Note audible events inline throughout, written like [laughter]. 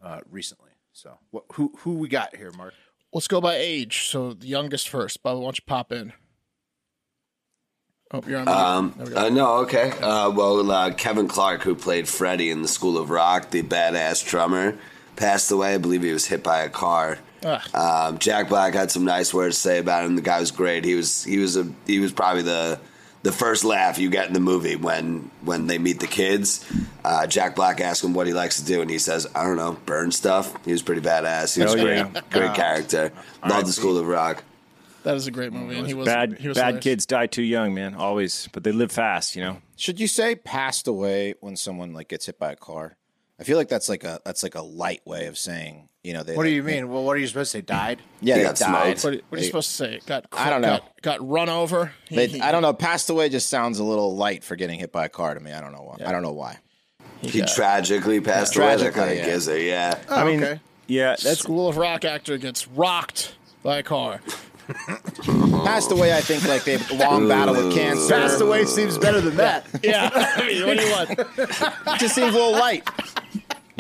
uh, recently. So what, who who we got here, Mark? Let's go by age. So the youngest first. Bubba, why don't you pop in? Oh, you're on. mute. There we go. Uh, no, okay. Uh, well, uh, Kevin Clark, who played Freddie in the School of Rock, the badass drummer, passed away. I believe he was hit by a car Um, Jack Black had some nice words to say about him. The guy was great. He was he was a he was probably the the first laugh you get in the movie when when they meet the kids. Uh, Jack Black asks him what he likes to do, and he says, "I don't know, burn stuff." He was pretty badass. He was Oh, great, yeah. great character. Loved the School of Rock. That is a great movie, and he was Bad, He was bad hilarious. kids die too young, man. Always, but they live fast, you know. Should you say passed away when someone like gets hit by a car? I feel like that's like a that's like a light way of saying you know they. What do like- you mean? Well, what are you supposed to say? Died? Yeah, They they got died. smoked. What, are- what are you supposed to say? Got I don't know. Got, got run over. He- They, he- I don't know. Passed away just sounds a little light for getting hit by a car to me. I don't know why. I don't know why. He tragically passed away. That Tragically, kind of yeah. gives it, yeah. Oh, I mean, okay. yeah, that's School of Rock actor gets rocked by a car. Passed away. I think like they long battle with cancer. Passed away seems better than that. Yeah, [laughs] I mean, what do you want? It just seems a little light.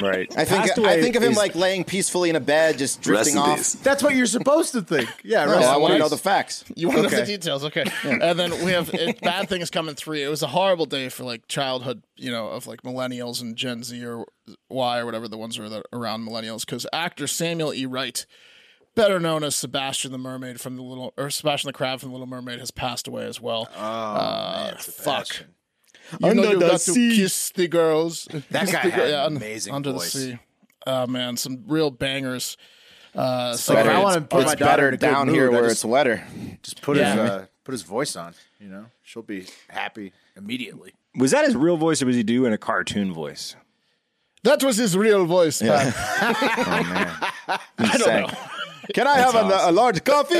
right. I think Passed I away think of him is- like laying peacefully in a bed, just Rest drifting in off. peace. That's what you're supposed to think. Yeah, No, rest I in want to peace. know the facts. You want to know the Okay. details, okay? And then we have it, bad things coming three. It was a horrible day for like childhood, you know, of like millennials and Gen Z or Y or whatever the ones are that around millennials. Because actor Samuel E. Wright, better known as Sebastian the Mermaid from the Little or Sebastian the Crab from the Little Mermaid, has passed away as well. Oh, Uh, fuck. You know you got to kiss the girls. That Kiss guy the had girl- yeah, an un- amazing under voice. the sea. Oh man, some real bangers. Uh, so If I Better- wanna it's- put it's my daughter better in a good down mood, here I where just- it's wetter. Just put Yeah. his uh, put his voice on. You know, she'll be happy immediately. was that his real voice or was he doing a cartoon voice? that was his real voice. Pat. I don't know. [laughs] Can I have a, a large coffee?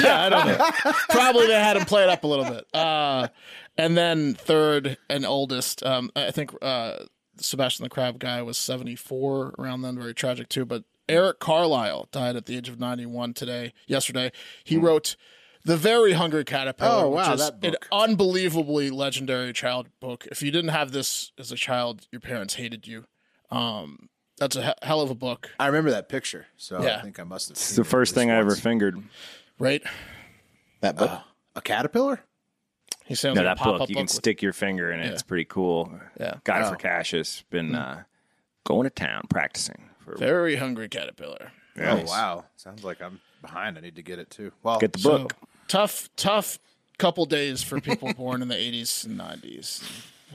yeah, I don't know. Probably they had him play it up a little bit. [laughs] Uh, and then third and oldest, um, I think uh, Sebastian the Crab guy was 74 around then, very tragic too. But Eric Carlisle died at the age of 91 today, yesterday. He Hmm. wrote The Very Hungry Caterpillar, Oh, wow, which is that an book. unbelievably legendary child book. If you didn't have this as a child, your parents hated you. Um, that's a he- hell of a book, I remember that picture, so Yeah. I think I must have. It's the first thing I ever fingered. right? that book. Uh, A caterpillar? He sounds No, like that a pop-up book you can book with- stick your finger in it. It's pretty cool. Yeah. Hmm. got it for Cassius. Been uh, going to town practicing for Very Hungry Caterpillar. Oh wow! Sounds like I'm behind. I need to get it too. Well, Get the book. tough, tough couple days [laughs] for people born in the 80s and 90s.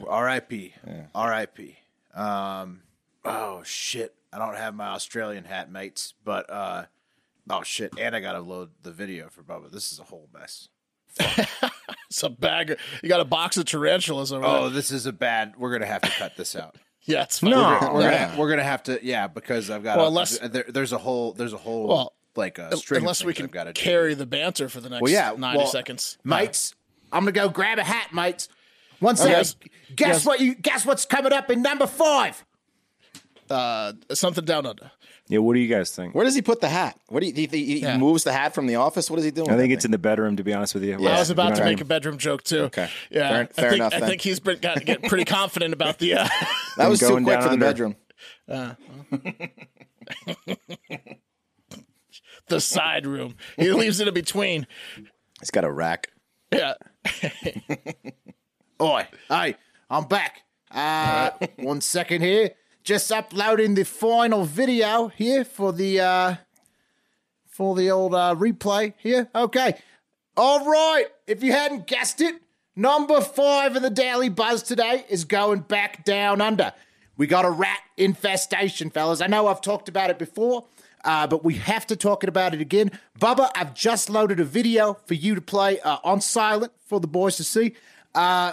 R.I.P. R.I.P. Um, oh shit! I don't have my Australian hat, mates. But uh, oh shit! And I gotta load the video for Bubba. This is a whole mess. It's a bag. Of, you got a box of tarantulas over Oh, there. this is a bad. We're gonna have to cut this out. Yeah, it's fine. we're, gonna, we're gonna have to. Yeah, because I've got. Well, a, unless- there, there's a whole. There's a whole. Well, like a string. of Unless we things can I've gotta do. carry the banter for the next Well, yeah, 90 well, seconds. mates. I'm gonna go grab a hat, mates. One second. Guess Yes. what you guess what's coming up in number five? Uh, something down under. Yeah, what do you guys think? Where does he put the hat? What do you, he, he, he Yeah. moves the hat from the office? What is he doing? I with think that it's in the bedroom. To be honest with you, Yeah. I was about to Right. make a bedroom joke too. Okay. Yeah. Fair- I fair think, enough, I then. think he's been got to get [laughs] pretty confident about the. Uh, [laughs] thing? that was too going quick down for under. the bedroom. the side room. He leaves it in between. He's got a rack. Yeah. Oi, hey, I'm back. Uh, one second here. Just uploading the final video here for the uh, for the old uh, replay here. Okay. All right. If you hadn't guessed it, number five of the Daily Buzz today is going back down under. We got a rat infestation, fellas. I know I've talked about it before, uh, but we have to talk about it again. Bubba, I've just loaded a video for you to play uh, on silent for the boys to see. Uh,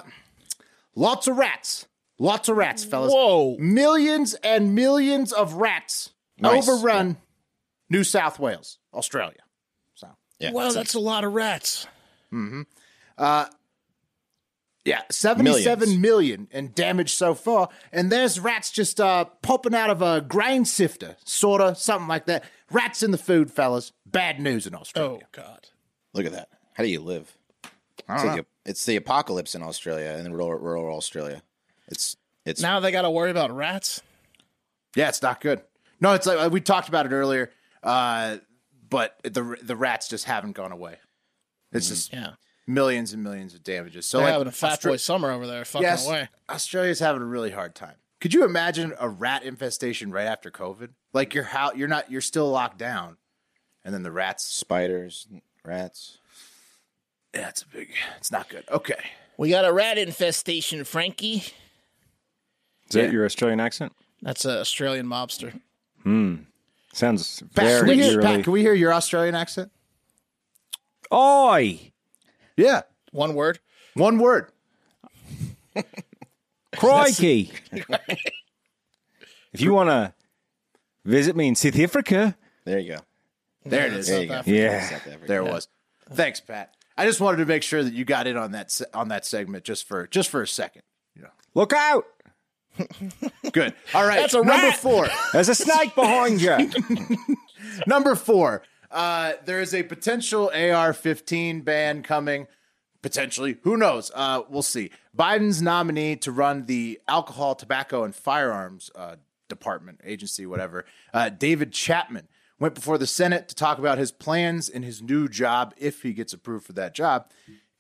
lots of rats. Lots of rats, fellas. Whoa. Millions and millions of rats Nice. overrun New South Wales, Australia. Yeah. Well, that's a lot of rats. Yeah, seventy-seven million Millions. in damage so far, and there's rats just uh, popping out of a grain sifter, sort of something like that. Rats in the food, fellas. Bad news in Australia. Oh, God. Look at that. How do you live? It's, like a- it's the apocalypse in Australia and in rural, rural Australia. It's it's Now they got to worry about rats? Yeah, it's not good. No, it's like uh, we talked about it earlier, uh, but the the rats just haven't gone away. It's just Yeah. millions and millions of damages. So Hmm. They're like, having a fat Austra- boy summer over there, fucking Yes, away. Australia's having a really hard time. Could you imagine a rat infestation right after COVID? Like you're how you're not you're still locked down. and then the rats. Spiders, rats. Yeah, it's a big. It's not good. Okay. We got a rat infestation, Frankie. Is that your Australian accent? That's an Australian mobster. Sounds Pat, can we, very hear, Pat, eerily. can we hear your Australian accent? [laughs] Oi! Yeah, One word. one word. [laughs] Crikey! if you want to visit me in South Africa, There you go. There it is. There you South go. yeah. South Africa. There it was. Thanks, Pat. I just wanted to make sure that you got in on that se- on that segment just for just for a second. Look out! Good. All right. That's a number rat. [laughs] four. There's a snake [laughs] behind you. Number four. Uh, there is a potential AR-15 ban coming. Potentially, who knows? Uh, we'll see. Biden's nominee to run the Alcohol, Tobacco, and Firearms uh, Department, agency, whatever, uh, David Chapman went before the Senate to talk about his plans in his new job if he gets approved for that job.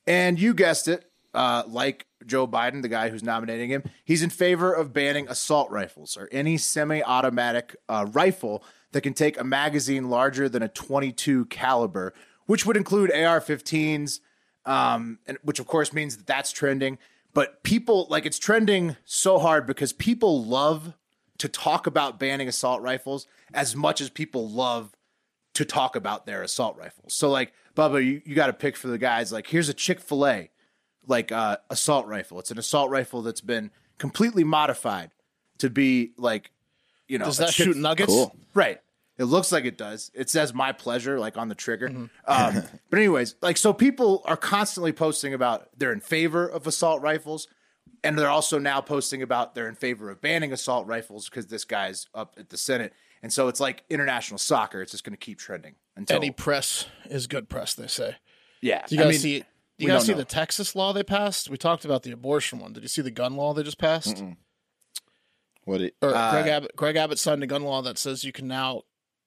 And you guessed it, uh, like Joe Biden, the guy who's nominating him, he's in favor of banning assault rifles or any semi-automatic uh, rifle that can take a magazine larger than a 22 caliber, which would include AR-15s, um, and which of course means that that's trending. But people like it's trending so hard because people love to talk about banning assault rifles as much as people love to talk about their assault rifles. So like Bubba, you, you got to pick for the guys. Like here's a Chick Fil A like uh, assault rifle. It's an assault rifle that's been completely modified to be like you know Does a that Chick- shoot nuggets? Right. It looks like it does. It says my pleasure, like on the trigger. Mm-hmm. [laughs] Um, but, anyways, like, so people are constantly posting about they're in favor of assault rifles. And they're also now posting about they're in favor of banning assault rifles because this guy's up at the Senate. And so it's like international soccer. It's just going to keep trending until. Any press is good press, they say. yeah. Do you I guys mean, see? Do we you guys don't see know. the Texas law they passed? We talked about the abortion one. Did you see the gun law they just passed? What? It, Or uh, Greg Abbott, Greg Abbott signed a gun law that says you can now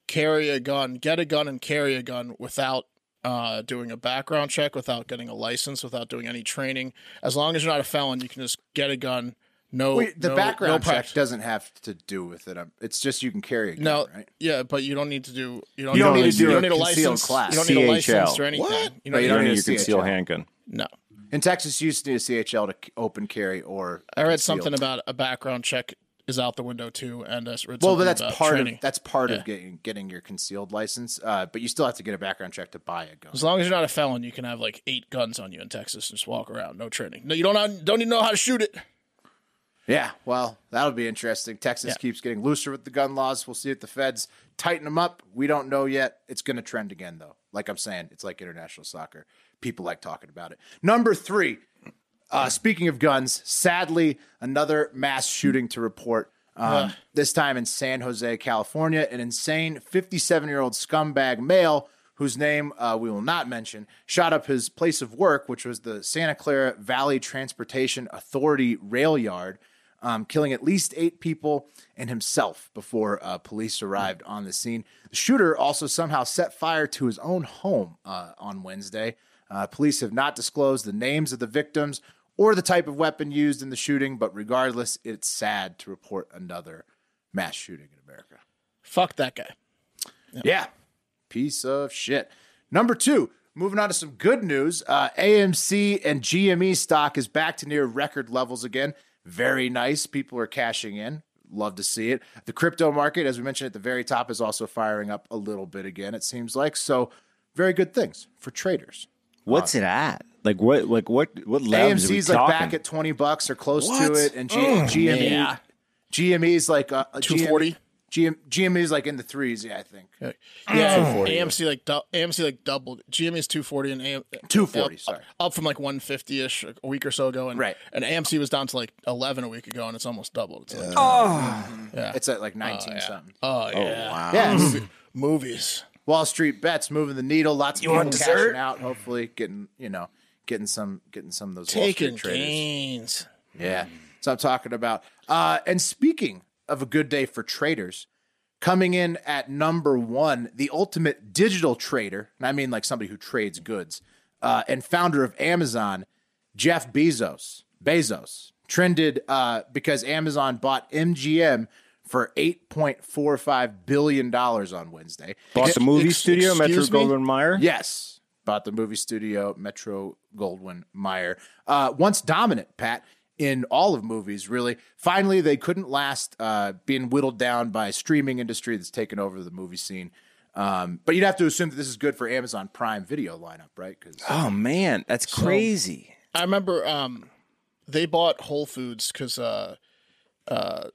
carry a gun, get a gun, and carry a gun without uh, doing a background check, without getting a license, without doing any training. As long as you're not a felon, you can just get a gun. No, Wait, the no- background no check prac- doesn't have to do with it. Um, It's just you can carry a gun, No, right? yeah, but you don't need to do. You don't, You don't need, need to do you a don't need a concealed license. class. You don't need a CHL. license or anything. What? You know, No, you you don't need You need a your concealed CHL. handgun. no. In Texas, you used to need a CHL to c- open carry or. I read concealed. something about a background check is out the window too, and I read something Well, but that's about part training. of that's part of getting getting your concealed license. Uh, but you still have to get a background check to buy a gun. As long as you're not a felon, you can have like eight guns on you in Texas and just walk around, no training. No, you don't don't even know how to shoot it. Yeah, well, that'll be interesting. Texas keeps getting looser with the gun laws. We'll see if the feds tighten them up. We don't know yet. It's going to trend again, though. Like I'm saying, it's like international soccer. People like talking about it. Number three. Uh, speaking of guns, sadly, another mass shooting to report. Um, This time in San Jose, California, an insane 57 year old scumbag male whose name uh, we will not mention shot up his place of work, which was the Santa Clara Valley Transportation Authority rail yard, um, killing at least eight people and himself before uh, police arrived on the scene. The shooter also somehow set fire to his own home uh, on Wednesday. Uh, police have not disclosed the names of the victims or the type of weapon used in the shooting, but regardless, it's sad to report another mass shooting in America. Fuck that guy. Yeah. Piece of shit. Number two, moving on to some good news. Uh, AMC and GME stock is back to near record levels again. Very nice. People are cashing in. Love to see it. The crypto market, as we mentioned at the very top, is also firing up a little bit again, it seems like. So, very good things for traders. What's it at? Like what? Like what? What levels are we AMC's like talking? back at 20 bucks or close to What? it. And G- E GME, GME's like uh, a GM 240? GM, GME's like in the threes, yeah, I think. Yeah, AMC like du- AMC like doubled. GME's two forty and AM, 240, up, sorry. up from like one fifty ish a week or so ago, and Right. and AMC was down to like eleven a week ago, and it's almost doubled. It's like, It's at like 19 something. oh yeah, Yeah. movies. Um, Wall Street bets moving the needle. Lots of people cashing out. Hopefully, getting you know, getting some, getting some of those Taking Wall Street traders. gains. Yeah, so I'm talking about. Uh, and speaking of a good day for traders, coming in at number one, the ultimate digital trader, and I mean like somebody who trades goods, uh, and founder of Amazon, Jeff Bezos. Bezos trended uh, because Amazon bought MGM for $8.45 billion on Wednesday. Bought the movie ex- studio, Metro excuse me? Goldwyn Mayer. Yes. Bought the movie studio, Metro Goldwyn Mayer. Uh, once dominant, Pat, in all of movies, really. Finally, they couldn't last uh, being whittled down by a streaming industry that's taken over the movie scene. Um, but you'd have to assume that this is good for Amazon Prime video lineup, right? Because Oh man, that's crazy. I remember um, they bought Whole Foods because uh, uh,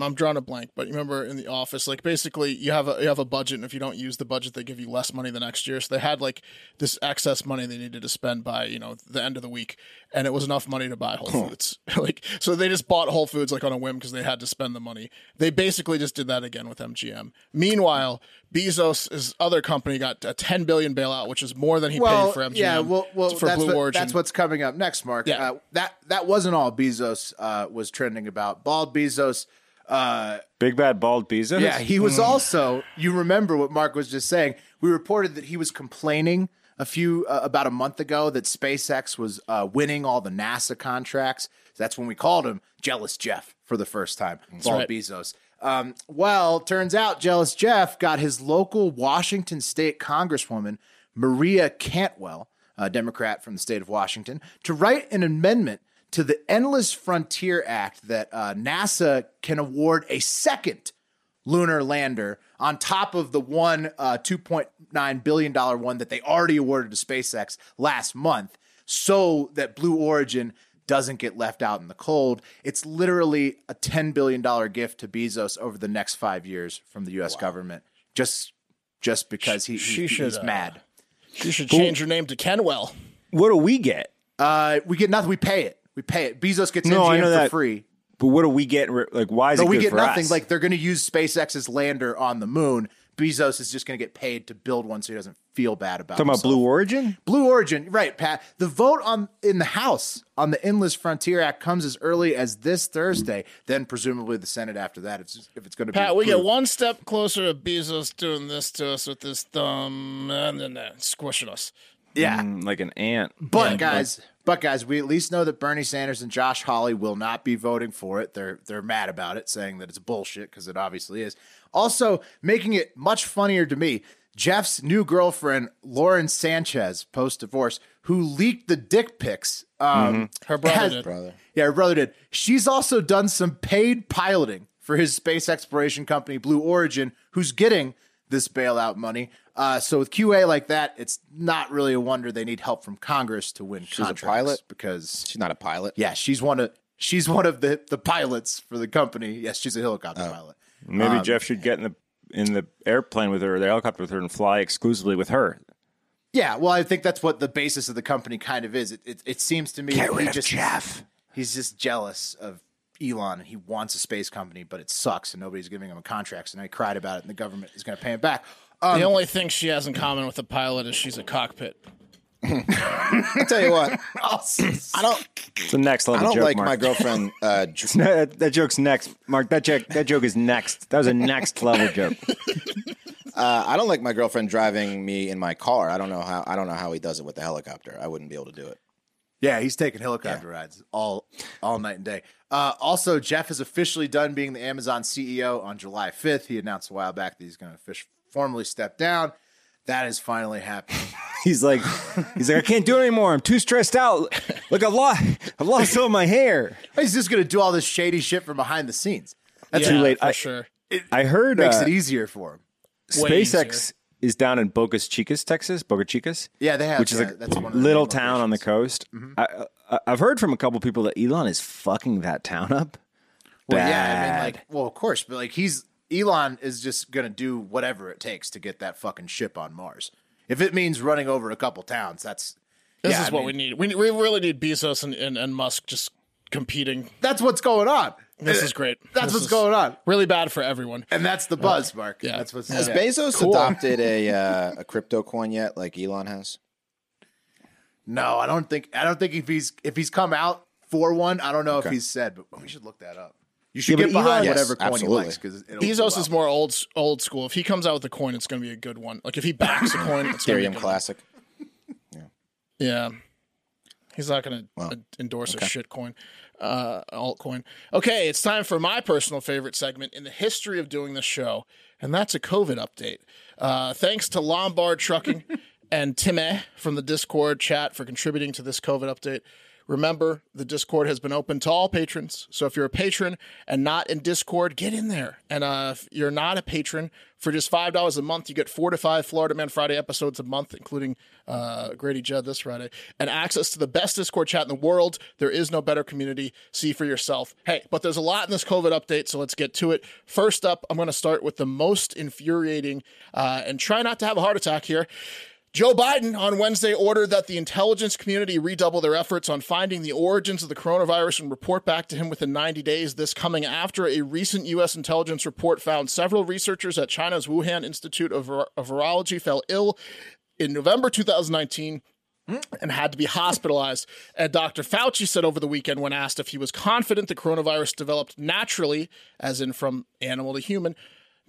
I'm drawing a blank, but you remember in the office, like basically you have a you have a budget, and if you don't use the budget, they give you less money the next year. So they had like this excess money they needed to spend by you know the end of the week, and it was enough money to buy Whole Foods. [laughs] like so, they just bought Whole Foods like on a whim because they had to spend the money. They basically just did that again with MGM. Meanwhile, Bezos' other company got a 10 billion bailout, which is more than he paid for MGM. Yeah, well, well for that's, Blue what- Origin. that's what's coming up next, Mark. Yeah. Uh, that that wasn't all Bezos uh, was trending about. Bald Bezos. Uh, Big bad bald [laughs] Bezos. yeah, he was also. You remember what Mark was just saying? We reported that he was complaining a few uh, about a month ago that SpaceX was uh, winning all the NASA contracts. That's when we called him Jealous Jeff for the first time. Bald right. Bezos. Um, well, turns out Jealous Jeff got his local Washington State Congresswoman Maria Cantwell, a Democrat from the state of Washington, to write an amendment to the Endless Frontier Act that uh, NASA can award a second lunar lander on top of the one uh, $2.9 billion one that they already awarded to SpaceX last month so that Blue Origin doesn't get left out in the cold. It's literally a $10 billion gift to Bezos over the next five years from the US government just just because he, he- she should, he's uh, mad. You should change your name to Kenwell. What do we get? Uh, we get nothing. We pay it. We pay it. Bezos gets No, I MGM know for that. free. But what do we get? Like, why is So it we good get for nothing. us? Like they're going to use SpaceX's lander on the moon. Bezos is just going to get paid to build one, so he doesn't feel bad about. talking about himself. Blue Origin. Blue Origin, right, Pat? The vote on in the House on the Endless Frontier Act comes as early as this Thursday. Then presumably the Senate after that. If it's, if it's going to be Pat, we get approved. one step closer to Bezos doing this to us with this thumb and then uh, squishing us. yeah. Mm, like an ant. But guys, but guys, we at least know that Bernie Sanders and Josh Hawley will not be voting for it. They're they're mad about it, saying that it's bullshit because it obviously is. Also, making it much funnier to me, Jeff's new girlfriend Lauren Sanchez, post divorce, who leaked the dick pics. Um, Her brother has- did. Yeah, her brother did. She's also done some paid piloting for his space exploration company, Blue Origin, who's getting this bailout money. Uh, so with QA like that, it's not really a wonder they need help from Congress to win a contracts. pilot? because She's not a pilot. yeah, she's one of she's one of the the pilots for the company. Yes, she's a helicopter Oh. pilot. Maybe Jeff should get in the in the airplane with her, or the helicopter with her, and fly exclusively with her. Yeah, well, I think that's what the basis of the company kind of is. It it, it seems to me that he just he's just jealous of Elon and he wants a space company, but it sucks and nobody's giving him a contract. So now he cried about it, and the government is going to pay him back. Um, The only thing she has in common with a pilot is she's a cockpit. I tell you what, [laughs] I don't. [laughs] It's the next level. I don't joke, like Mark. my [laughs] girlfriend. Uh, Ju- No, [laughs] that, that joke's next, Mark. That joke, that joke is next. That was a next level joke. uh, I don't like my girlfriend driving me in my car. I don't know how. I don't know how he does it with the helicopter. I wouldn't be able to do it. yeah, he's taking helicopter rides all all night and day. Uh, also, Jeff is officially done being the Amazon CEO on July 5th. He announced a while back that he's going to formally step down. That is finally happening. [laughs] He's like, he's like, I can't do it anymore. I'm too stressed out. Look, I've lost, I've lost all my hair. he's just going to do all this shady shit from behind the scenes. That's yeah, too late. For I- sure. I heard what makes uh, it easier for him. Way SpaceX is down in Boca Chicas, Texas. Boca Chicas. Yeah, they have. which is yeah, a that's one of the little main town on the locations. Mm-hmm. coast. I, I, I've heard from a couple people that Elon is fucking that town up. Well, yeah, I mean, Bad. like, well, of course, but like, he's Elon is just gonna do whatever it takes to get that fucking ship on Mars. If it means running over a couple towns, that's This yeah, is I what mean, we need. We, we really need Bezos and, and, and Musk just competing. That's what's going on. This is great. That's This what's is going on, Really bad for everyone. and that's the buzz, Mark. yeah. that's what's. Has yeah. Bezos adopted a uh, a crypto coin yet, like Elon has? No, I don't think. I don't think if he's if he's come out for one, I don't know if he's said, but we should look that up. You should Yeah, get but behind Elon- whatever Yes, coin absolutely. he likes because Bezos is more old s- old school. If he comes out with a coin, it's going to be a good one. Like if he backs a coin, it's going to be a Ethereum good one. Classic. Yeah. He's not going to endorse a shit coin, uh, altcoin. Okay, it's time for my personal favorite segment in the history of doing this show, and that's a COVID update. Uh, thanks to Lombard Trucking and Timmy from the Discord chat for contributing to this COVID update. Remember, the Discord has been open to all patrons. So if you're a patron and not in Discord, get in there. And uh, if you're not a patron, for just five dollars a month, you get four to five Florida Man Friday episodes a month, including uh, Grady Judd this Friday, and access to the best Discord chat in the world. There is no better community. See for yourself. Hey, but there's a lot in this COVID update, so let's get to it. First up, I'm going to start with the most infuriating, uh, and try not to have a heart attack here. Joe Biden on Wednesday ordered that the intelligence community redouble their efforts on finding the origins of the coronavirus and report back to him within 90 days. This coming after a recent U.S. intelligence report found several researchers at China's Wuhan Institute of, Vir- of Virology fell ill in November 2019 and had to be hospitalized. And Dr. Fauci said over the weekend, when asked if he was confident the coronavirus developed naturally, as in from animal to human,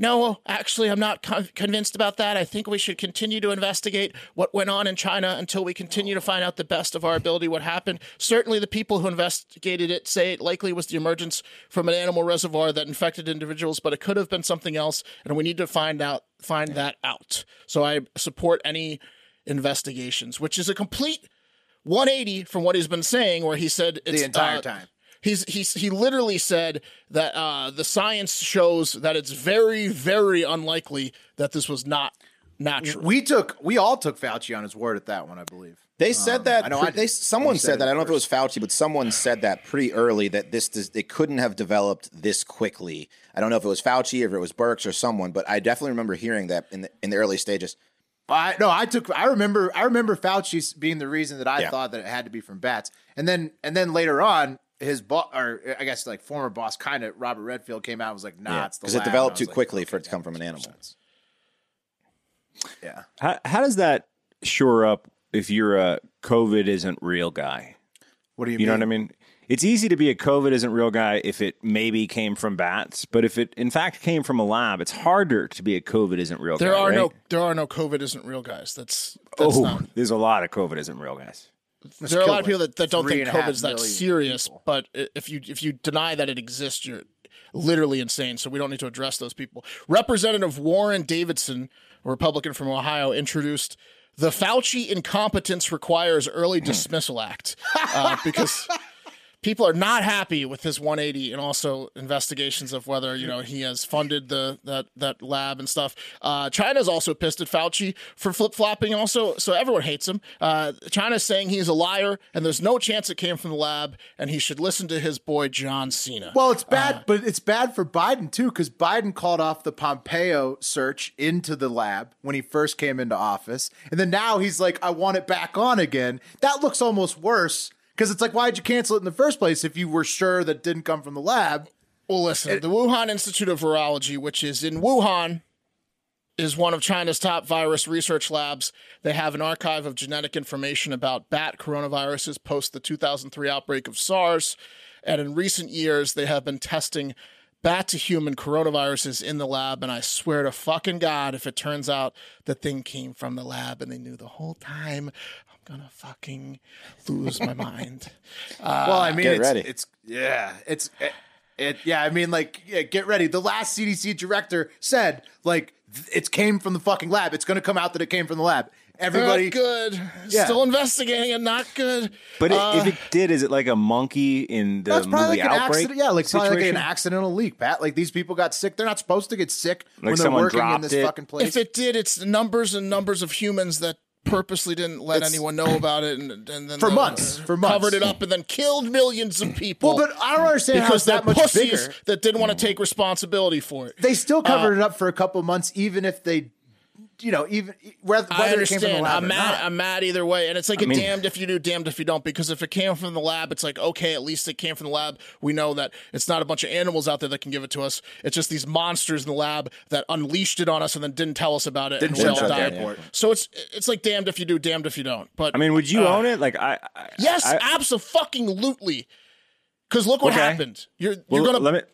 no, actually, I'm not con- convinced about that. I think we should continue to investigate what went on in China until we continue to find out the best of our ability what happened. Certainly, the people who investigated it say it likely was the emergence from an animal reservoir that infected individuals, but it could have been something else, and we need to find out find that out. So I support any investigations, which is a complete 180 from what he's been saying, where he said it's, the entire uh, time. He's he's he literally said that uh, the science shows that it's very very unlikely that this was not natural. We took, we all took Fauci on his word at that one, I believe. They said that. Um, I know pre- I did. they someone You said, said that. it I don't know if it was Fauci, but someone said that pretty early that this does, it couldn't have developed this quickly. I don't know if it was Fauci, if it was Burks or someone, but I definitely remember hearing that in the in the early stages. I no, I took. I remember. I remember Fauci being the reason that I Yeah. thought that it had to be from bats, and then and then later on, his boss, or I guess like former boss, kind of Robert Redfield came out. and was like, nah, it's the because it lab. developed And I too was like, quickly for it to come from an animal. Yeah, How, how does that shore up if you're a COVID isn't real guy? what do you, You mean? know what I mean? It's easy to be a COVID isn't real guy if it maybe came from bats, but if it in fact came from a lab, it's harder to be a COVID isn't real There guy. are no right? there are no COVID isn't real guys. That's that's Oh, not. there's a lot of COVID isn't real guys. There are a lot of people that, that don't three think and a half COVID's that million serious, but i- if you if you deny that it exists, you're literally insane. So we don't need to address those people. Representative Warren Davidson, a Republican from Ohio, introduced the Fauci Incompetence Requires Early Dismissal Act uh, because people are not happy with his 180 and also investigations of whether you know he has funded the that that lab and stuff. Uh, China's also pissed at Fauci for flip flopping. Also, so everyone hates him. Uh, China's saying he's a liar and there's no chance it came from the lab, and he should listen to his boy John Cena. Well, it's bad, but it's bad for Biden too, because Biden called off the Pompeo search into the lab when he first came into office, and then now he's like, "I want it back on again." That looks almost worse because it's like, why'd you cancel it in the first place if you were sure that it didn't come from the lab? Well, listen, the Wuhan Institute of Virology, which is in Wuhan, is one of China's top virus research labs. They have an archive of genetic information about bat coronaviruses post the 2003 outbreak of SARS. And in recent years, they have been testing bat to human coronaviruses in the lab. And I swear to fucking God, if it turns out the thing came from the lab and they knew the whole time, I'm gonna fucking lose my mind. Uh, well, I mean, get it's, ready. it's yeah, it's it, it. Yeah, I mean, like, yeah, get ready. The last CDC director said, like, th- it came from the fucking lab. It's going to come out that it came from the lab. [laughs] Everybody, Not good. Yeah. Still investigating it. Not good. But i if it did, is it like a monkey in the Uh, that's probably movie like an outbreak? accident. Yeah, like probably like situation? an accidental leak, Pat. Like these people got sick. They're not supposed to get sick when they're someone working in dropped this it. fucking place. If it did, it's numbers and numbers of humans that purposely didn't let anyone know about it, and, and then For the- uh, months, for months. covered it up, and then killed millions of people. well, but I don't understand how it's because they're that much pussies Uh, bigger. Mm. that didn't want to take responsibility for it. They still covered it up for a couple months, even if they, you know, even whether, I whether it came understand. from the lab I'm or mad. not. I'm mad either way. And it's like a mean- damned if you do, damned if you don't. Because if it came from the lab, it's like okay, at least it came from the lab. We know that it's not a bunch of animals out there that can give it to us. It's just these monsters in the lab that unleashed it on us and then didn't tell us about it and we shut all down the died. airport. So it's it's like damned if you do, damned if you don't. But uh, I mean, would Uh, you own it? Like, I, I yes, I- absolutely. Because look what Okay. happened. You're well, you're gonna let me okay.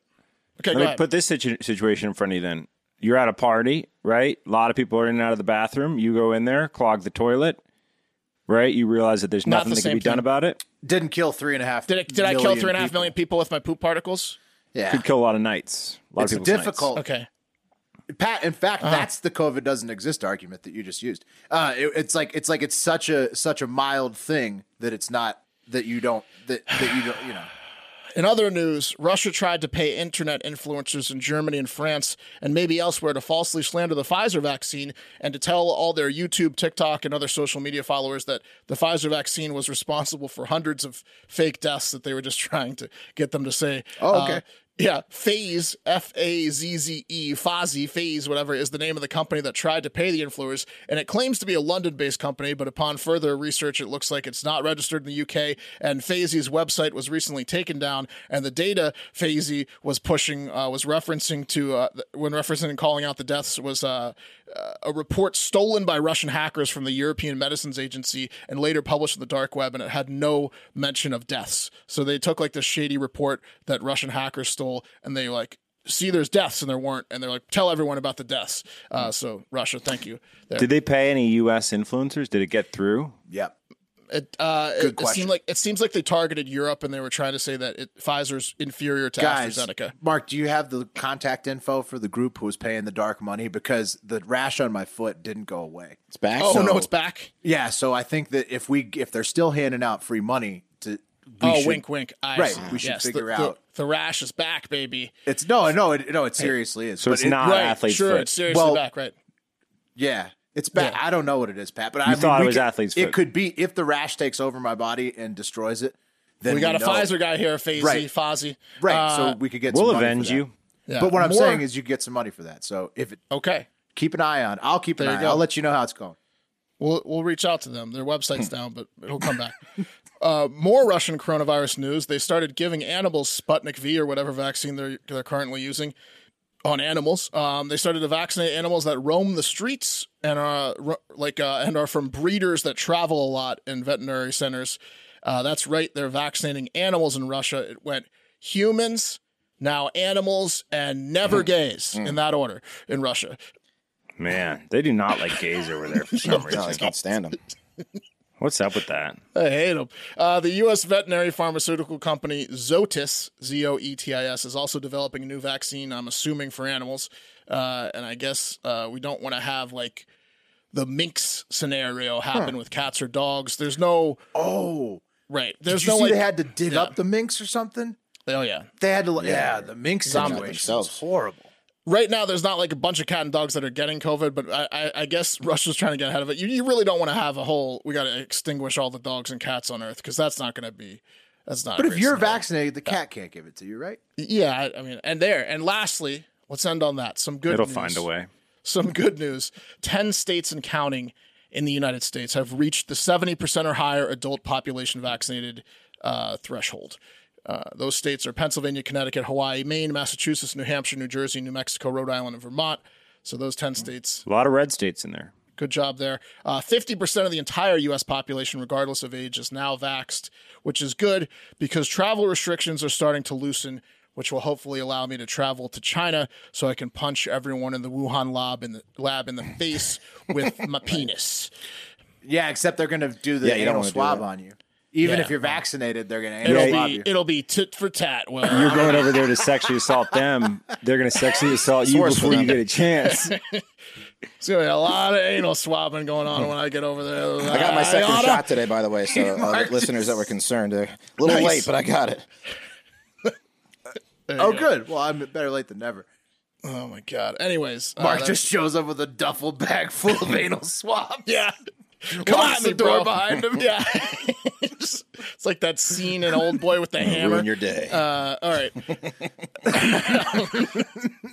let go me ahead. put this situ- situation in front of you. Then you're at a party, right? A lot of people are in and out of the bathroom. You go in there, clog the toilet. right? You realize that there's Not nothing the that can same be done thing. about it. Didn't kill three and a half. Did, it, did I kill three and a half million people with my poop particles? Yeah, Could kill a lot of nights. A lot it's of people's nights. difficult. Okay. Pat, in fact, Uh-huh. that's the COVID doesn't exist argument that you just used. Uh, it, it's like it's like it's such a such a mild thing that it's not that you don't that that you don't you know. In other news, Russia tried to pay internet influencers in Germany and France and maybe elsewhere to falsely slander the Pfizer vaccine and to tell all their YouTube, TikTok, and other social media followers that the Pfizer vaccine was responsible for hundreds of fake deaths that they were just [laughs] trying to get them to say. uh, Oh, okay. yeah, Phase F A Z Z E Fazi Phase whatever is the name of the company that tried to pay the influencers, and it claims to be a London-based company, but upon further research, it looks like it's not registered in the UK. And Fazi's website was recently taken down, and the data Fazi was pushing uh, was referencing to uh, th- when referencing and calling out the deaths was uh, uh, a report stolen by Russian hackers from the European Medicines Agency and later published in the dark web, and it had no mention of deaths. So they took like this shady report that Russian hackers stole, and they like see there's deaths and there weren't, and they're like tell everyone about the deaths. Hmm. Uh, so Russia, thank you. There. Did they pay any U.S. influencers? Did it get through? Yep. It, uh, it- it, question. seemed like it seems like they targeted Europe, and they were trying to say that it, Pfizer's inferior to Guys, AstraZeneca. Mark, do you have the contact info for the group who was paying the dark money because the rash on my foot didn't go away? It's back. [laughs] Oh so- no, it's back. Yeah, so I think that if we if they're still handing out free money to we oh, should- wink, wink. I Right, see. we should Yes, the- figure the- out. the rash is back, baby. It's no, no, it, no. It seriously is. So but it's it- not right, athlete's sure, foot. it's seriously Well- back, right? Yeah, it's bad. Yeah. I don't know what it is, Pat. But I You mean, thought it we was could- athlete's It foot. could be if the rash takes over my body and destroys it. Then We got a know. Pfizer guy here, Fazy, Right. Fozzy. right? Uh, so we could get. We'll some money for avenge that. you. yeah. But what I'm Uh, More- saying is, you get some money for that. So if it, okay, keep an eye on, I'll keep an There you eye. go. I'll let you know how it's going. We'll we'll reach out to them. Their website's down, but it'll come back. Uh, more Russian coronavirus news. They started giving animals Sputnik V or whatever vaccine they're they're currently using on animals. Um, they started to vaccinate animals that roam the streets and are ru- like uh, and are from breeders that travel a lot in veterinary centers. Uh, that's right. They're vaccinating animals in Russia. It went humans, now animals, and never gays in that order in Russia. Man, they do not like gays over there [laughs] for some No, I reason. can't stand them. What's up with that? I hate them. Uh, the U.S. veterinary pharmaceutical company Zoetis, Z O E T I S, is also developing a new vaccine, I'm assuming, for animals. Uh, and I guess uh, we don't want to have like the minx scenario happen with cats or dogs. There's no, Oh, right. did There's you no see like, they had to dig yeah. up the minx or something? oh, yeah. They had to. Yeah, yeah the minx Zombies situation was [laughs] themselves. horrible. Right now, there's not like a bunch of cat and dogs that are getting COVID, but I, I, I guess Russia's trying to get ahead of it. You, you really don't want to have a whole, we got to extinguish all the dogs and cats on Earth because that's not going to be. That's not. a But if great you're scenario. vaccinated, the cat can't give it to you, right? Yeah, I, I mean, and there. And lastly, let's end on that. Some good It'll news. find a way. Some good news. 10 states and counting in the United States have reached the 70% or higher adult population vaccinated uh, threshold. Uh, those states are Pennsylvania, Connecticut, Hawaii, Maine, Massachusetts, New Hampshire, New Jersey, New Mexico, Rhode Island, and Vermont. So those 10 Mm-hmm. states A lot of red states in there. Good job there. Uh, Fifty percent of the entire U.S. population, regardless of age, is now vaxxed, which is good because travel restrictions are starting to loosen, which will hopefully allow me to travel to China so I can punch everyone in the Wuhan lab in the lab in the face with my penis. Yeah, except they're going to do the Yeah, you don't anal wanna do swab that. on you. Even Yeah. if you're vaccinated, they're going to anal It'll swab be you. it'll be tit for tat. Well, You're going over there to sexually assault them. They're going to sexually assault you Source for before you them. get a chance. it's gonna be a lot of anal swabbing going on when I get over there. I [laughs] got my second oughta- shot today, by the [laughs] way. So uh, Mark listeners that were concerned, they're a little Nice. late, but I got it. There you Oh, go. good. Well, I'm better late than never. Oh my god. Anyways, uh, Mark that's- just shows up with a duffel bag full of [laughs] anal swabs. [laughs] Yeah. Come Locks on, the door behind him. Yeah. [laughs] it's it's like that scene in Old Boy with the hammer. Ruin your day. Uh, all right.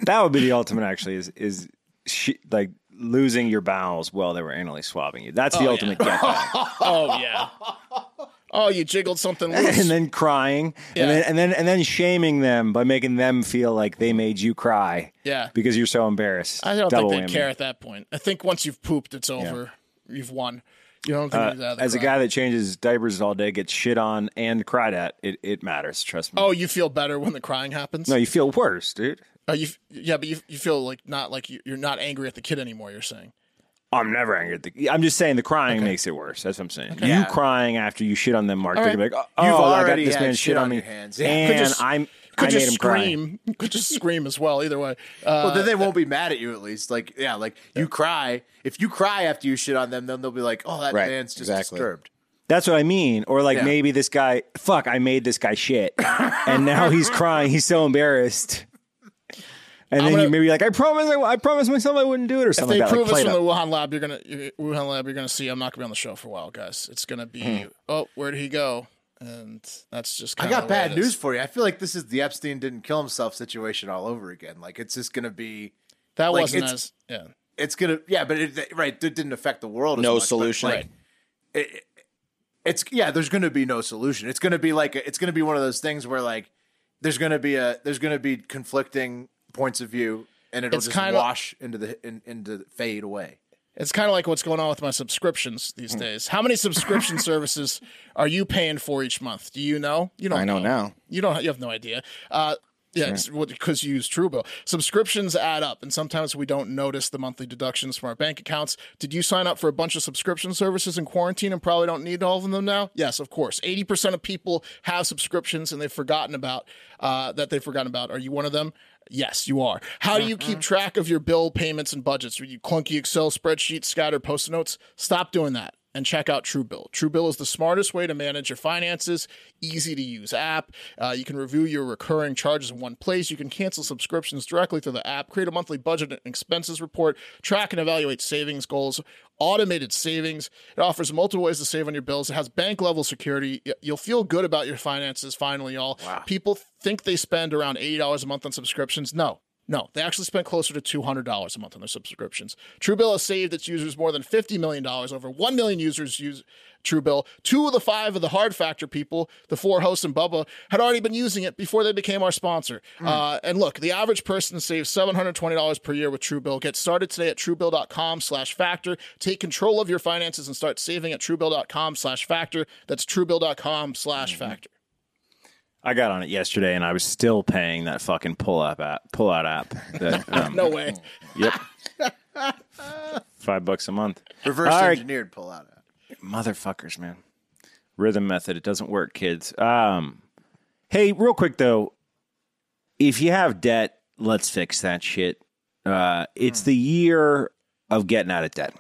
that would be the ultimate, actually, is, is she, like losing your bowels while they were anally swabbing you. That's the ultimate get back. [laughs] Oh, yeah. Oh, you jiggled something loose. and then crying, Yeah. and then and then and then shaming them by making them feel like they made you cry. Yeah. because you're so embarrassed. I don't Double think they whammy. care at that point. I think once you've pooped, it's over. You've won. You don't think uh, As a guy that changes diapers all day, gets shit on and cried at, it, it matters. Trust me. Oh, you feel better when the crying happens. Oh, no, you feel worse, dude. Uh, you, yeah, but you, you feel like not like you, you're not angry at the kid anymore. You're saying I'm never angry at the. I'm just saying the crying makes it worse. That's what I'm saying. You Yeah. crying after you shit on them, Mark, All they're right. gonna be like, oh, You've I got already this had man shit shit on on me, your hands. Yeah. and Could just- I'm. I Could made just him cry. scream. Could just scream as well. Either way. Uh, Well, then they [laughs] won't be mad at you at least. Like, yeah, like you cry. If you cry after you shit on them, then they'll be like, "Oh, that Right, man's just exactly. disturbed." That's what I mean. Or like Yeah. maybe this guy, fuck, I made this guy shit, and now he's crying. He's so embarrassed. And then gonna- you maybe like, I promise, I, I promised myself I wouldn't do it or if something they like that. Like, prove play this it from up. the Wuhan lab, you're gonna you- Wuhan lab. You're gonna see. I'm not gonna be on the show for a while, guys. It's gonna be. Oh, where did he go? And that's just. Hmm. I kinda got the way bad it news is. for you. I feel like this is the Epstein didn't kill himself situation all over again. Like, it's just gonna be. That Like, wasn't it's- as. Yeah. It's gonna yeah, but it, right, it didn't affect the world. as No much, but, solution. like, Right. it- it- it's yeah. There's gonna be no solution. It's gonna be like it's gonna be one of those things where like there's gonna be a there's gonna be conflicting points of view, and it'll It's just kinda- wash into the in, into fade away. It's kind of like what's going on with my subscriptions Hmm. these days. How many [laughs] subscription services are you paying for each month? Do you know? You don't. I know now. You don't. You have no idea. Uh, yeah, because you use Truebill. Subscriptions add up, and sometimes we don't notice the monthly deductions from our bank accounts. Did you sign up for a bunch of subscription services in quarantine and probably don't need all of them now? Yes, of course. Eighty percent of people have subscriptions and they've forgotten about uh, that. They've forgotten about. Are you one of them? Yes, you are. How do you keep track of your bill payments and budgets? Are you clunky Excel spreadsheets, scattered post notes? Stop doing that and check out Truebill. Truebill is the smartest way to manage your finances, easy to use app. Uh, you can review your recurring charges in one place. You can cancel subscriptions directly through the app, create a monthly budget and expenses report, track and evaluate savings goals, automated savings. It offers multiple ways to save on your bills. It has bank level security. Y- You'll feel good about your finances finally, y'all. People think they spend around $80 a month on subscriptions. No. No, they actually spent closer to $200 a month on their subscriptions. Truebill has saved its users more than $50 million. Over 1 million users use Truebill. Two of the five of the hard factor people, the four hosts and Bubba, had already been using it before they became our sponsor. Uh, and look, the average person saves $720 per year with Truebill. Get started today at truebill.com slash factor. Take control of your finances and start saving at truebill.com slash factor. That's truebill.com slash factor. I got on it yesterday, and I was still paying that fucking pull up app, pull out app. [laughs] That, um, No way. Yep. Five bucks a month. Reverse All right. engineered pull out. Motherfuckers, man. Rhythm method. It doesn't work, kids. Um, hey, real quick though, if you have debt, let's fix that shit. Uh, it's the year of getting out of debt.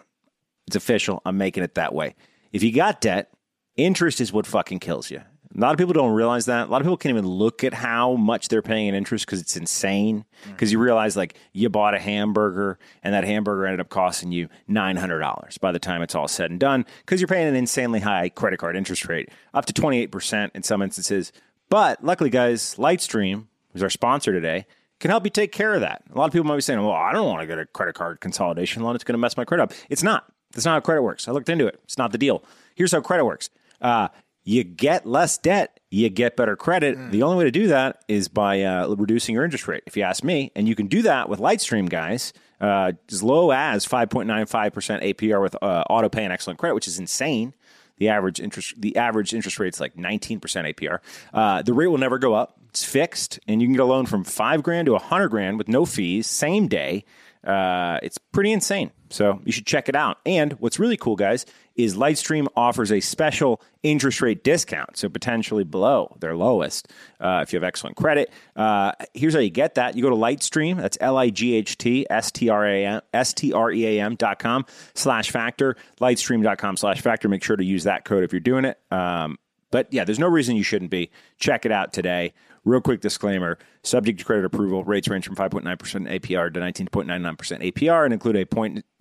It's official. I'm making it that way. If you got debt, interest is what fucking kills you. A lot of people don't realize that. A lot of people can't even look at how much they're paying in interest because it's insane. Because you realize, like, you bought a hamburger and that hamburger ended up costing you $900 by the time it's all said and done because you're paying an insanely high credit card interest rate, up to 28% in some instances. But luckily, guys, Lightstream, who's our sponsor today, can help you take care of that. A lot of people might be saying, well, I don't want to get a credit card consolidation loan. It's going to mess my credit up. It's not. That's not how credit works. I looked into it. It's not the deal. Here's how credit works uh, you get less debt, you get better credit. The only way to do that is by uh, reducing your interest rate, if you ask me. And you can do that with Lightstream, guys. Uh, as low as 5.95% APR with uh, auto pay and excellent credit, which is insane. The average interest the average interest rate is like 19% APR. Uh, the rate will never go up. It's fixed, and you can get a loan from five grand to a hundred grand with no fees, same day. Uh, it's pretty insane. So you should check it out. And what's really cool, guys, is Lightstream offers a special interest rate discount. So potentially below their lowest uh, if you have excellent credit. Uh, here's how you get that. You go to Lightstream. That's L I G H T S T R A M S T R E A M dot com slash factor. Lightstream.com slash factor. Make sure to use that code if you're doing it. Um, but yeah, there's no reason you shouldn't be. Check it out today. Real quick disclaimer subject to credit approval, rates range from 5.9% APR to 19.99% APR and include a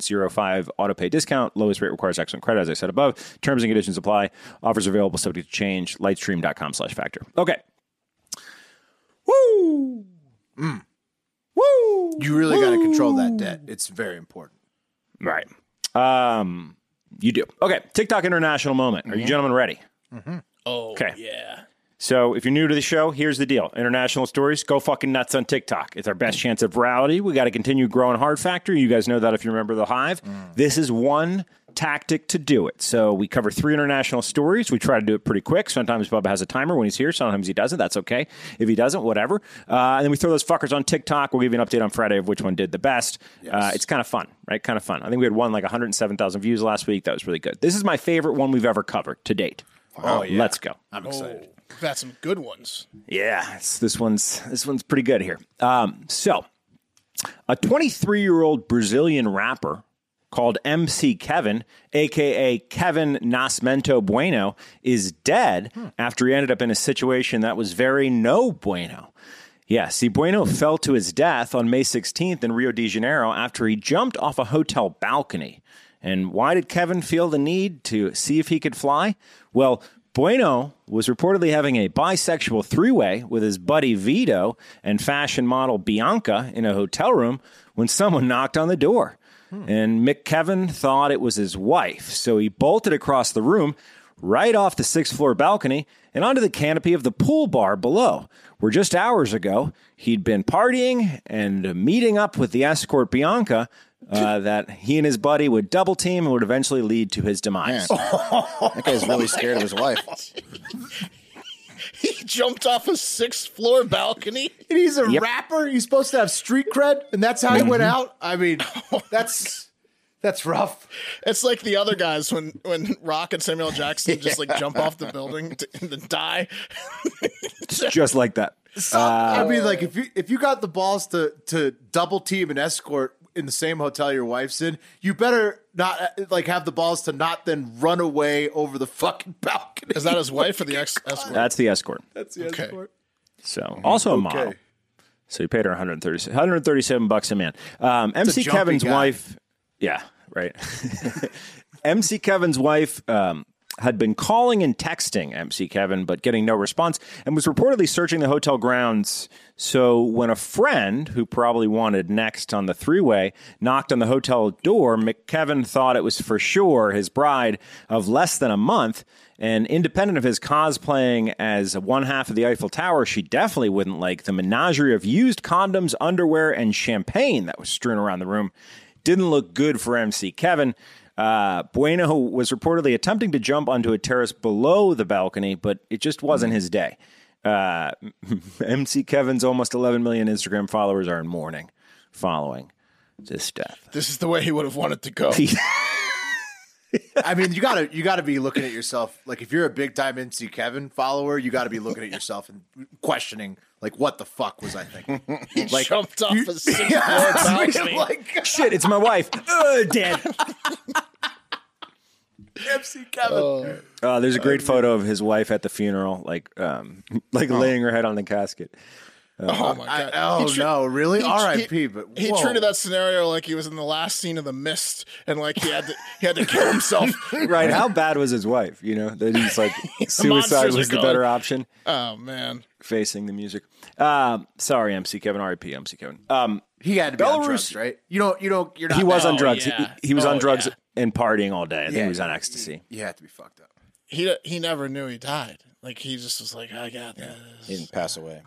0.05 auto pay discount. Lowest rate requires excellent credit, as I said above. Terms and conditions apply. Offers available subject to change. Lightstream.com slash factor. Okay. Woo! Woo! You really got to control that debt. It's very important. Right. Um, you do. Okay. TikTok international moment. Are you gentlemen ready? Oh, Okay. yeah. So if you're new to the show, here's the deal. International stories, go fucking nuts on TikTok. It's our best Mm. chance of virality. We got to continue growing Hard Factor. You guys know that if you remember the Hive. This is one tactic to do it. So we cover three international stories. We try to do it pretty quick. Sometimes Bubba has a timer when he's here. Sometimes he doesn't. That's okay. If he doesn't, whatever. Uh, and then we throw those fuckers on TikTok. We'll give you an update on Friday of which one did the best. Uh, it's kind of fun, right? Kind of fun. I think we had one like 107,000 views last week. That was really good. This is my favorite one we've ever covered to date. Oh, yeah. Let's go. I'm excited. We've had some good ones. [laughs] Yeah, it's, this one's this one's pretty good here. Um, so, a 23 year old Brazilian rapper called MC Kevin, aka Kevin Nascimento Bueno, is dead after he ended up in a situation that was very no bueno. Yes, see, Bueno fell to his death on May 16th in Rio de Janeiro after he jumped off a hotel balcony. And why did Kevin feel the need to see if he could fly? Well, Bueno was reportedly having a bisexual three way with his buddy Vito and fashion model Bianca in a hotel room when someone knocked on the door. Hmm. And Mick Kevin thought it was his wife, so he bolted across the room, right off the sixth floor balcony and onto the canopy of the pool bar below, where just hours ago he'd been partying and meeting up with the escort Bianca. uh, that he and his buddy would double team and would eventually lead to his demise. [laughs] That guy's Oh really scared of his wife. He jumped off a sixth floor balcony. And he's a rapper. He's supposed to have street cred, and that's how he went out. I [laughs] mean, that's that's rough. It's like the other guys when when Rock and Samuel Jackson just like jump [laughs] off the building to, and then die. just like that. I Uh, mean, like if you if you got the balls to to double team an escort in the same hotel your wife's in, you better not uh, like have the balls to not then run away over the fucking [laughs] balcony. Is that his wife or the ex escort? That's the escort. That's the Okay. escort. So also a model. So he paid her 137, 137 bucks a man. Um, MC jumpy Kevin's guy. wife. Yeah, right. [laughs] MC Kevin's wife um, had been calling and texting MC Kevin, but getting no response, and was reportedly searching the hotel grounds. So when a friend who probably wanted next on the three-way knocked on the hotel door, McKevin thought it was for sure his bride of less than a month. And independent of his cosplaying as one half of the Eiffel Tower, she definitely wouldn't like the menagerie of used condoms, underwear, and champagne that was strewn around the room. Didn't look good for MC Kevin. Uh, bueno was reportedly attempting to jump onto a terrace below the balcony, but it just wasn't his day. Uh, [laughs] MC Kevin's almost 11 million Instagram followers are in mourning following this death. This is the way he would have wanted to [laughs] go. I mean, you gotta you gotta be looking at yourself. Like if you're a big time MC Kevin follower, you gotta be looking at yourself and questioning like what the fuck was I thinking? [laughs] like, jumped off a sixth floor balcony. like Shit, it's [laughs] my wife. Uh, Ugh, dead. MC Kevin. Oh, Uh, there's a great photo of his wife at the funeral, like um, [laughs] like laying her head on the casket. oh my god! I, oh He tre- no, really? he- R.I.P. he- But he whoa. treated that scenario like he was in the last scene of The Mist, and like he had to he had to [laughs] kill himself. Right? How bad was his wife? You know, that [laughs] he's like suicide monsters was are the gone. better option. oh man, Facing the music. Um, sorry, MC Kevin. R.I.P. MC Kevin. Um, He had to be on Belarus- drugs, right? You don't. You don't. You're not. he was that- on drugs. He- Oh, yeah. He, was on Oh, drugs yeah. and partying all day. I think Yeah. he was on ecstasy. You had to be fucked up. he he never knew he died. Like he just was like, I got this. He didn't pass away.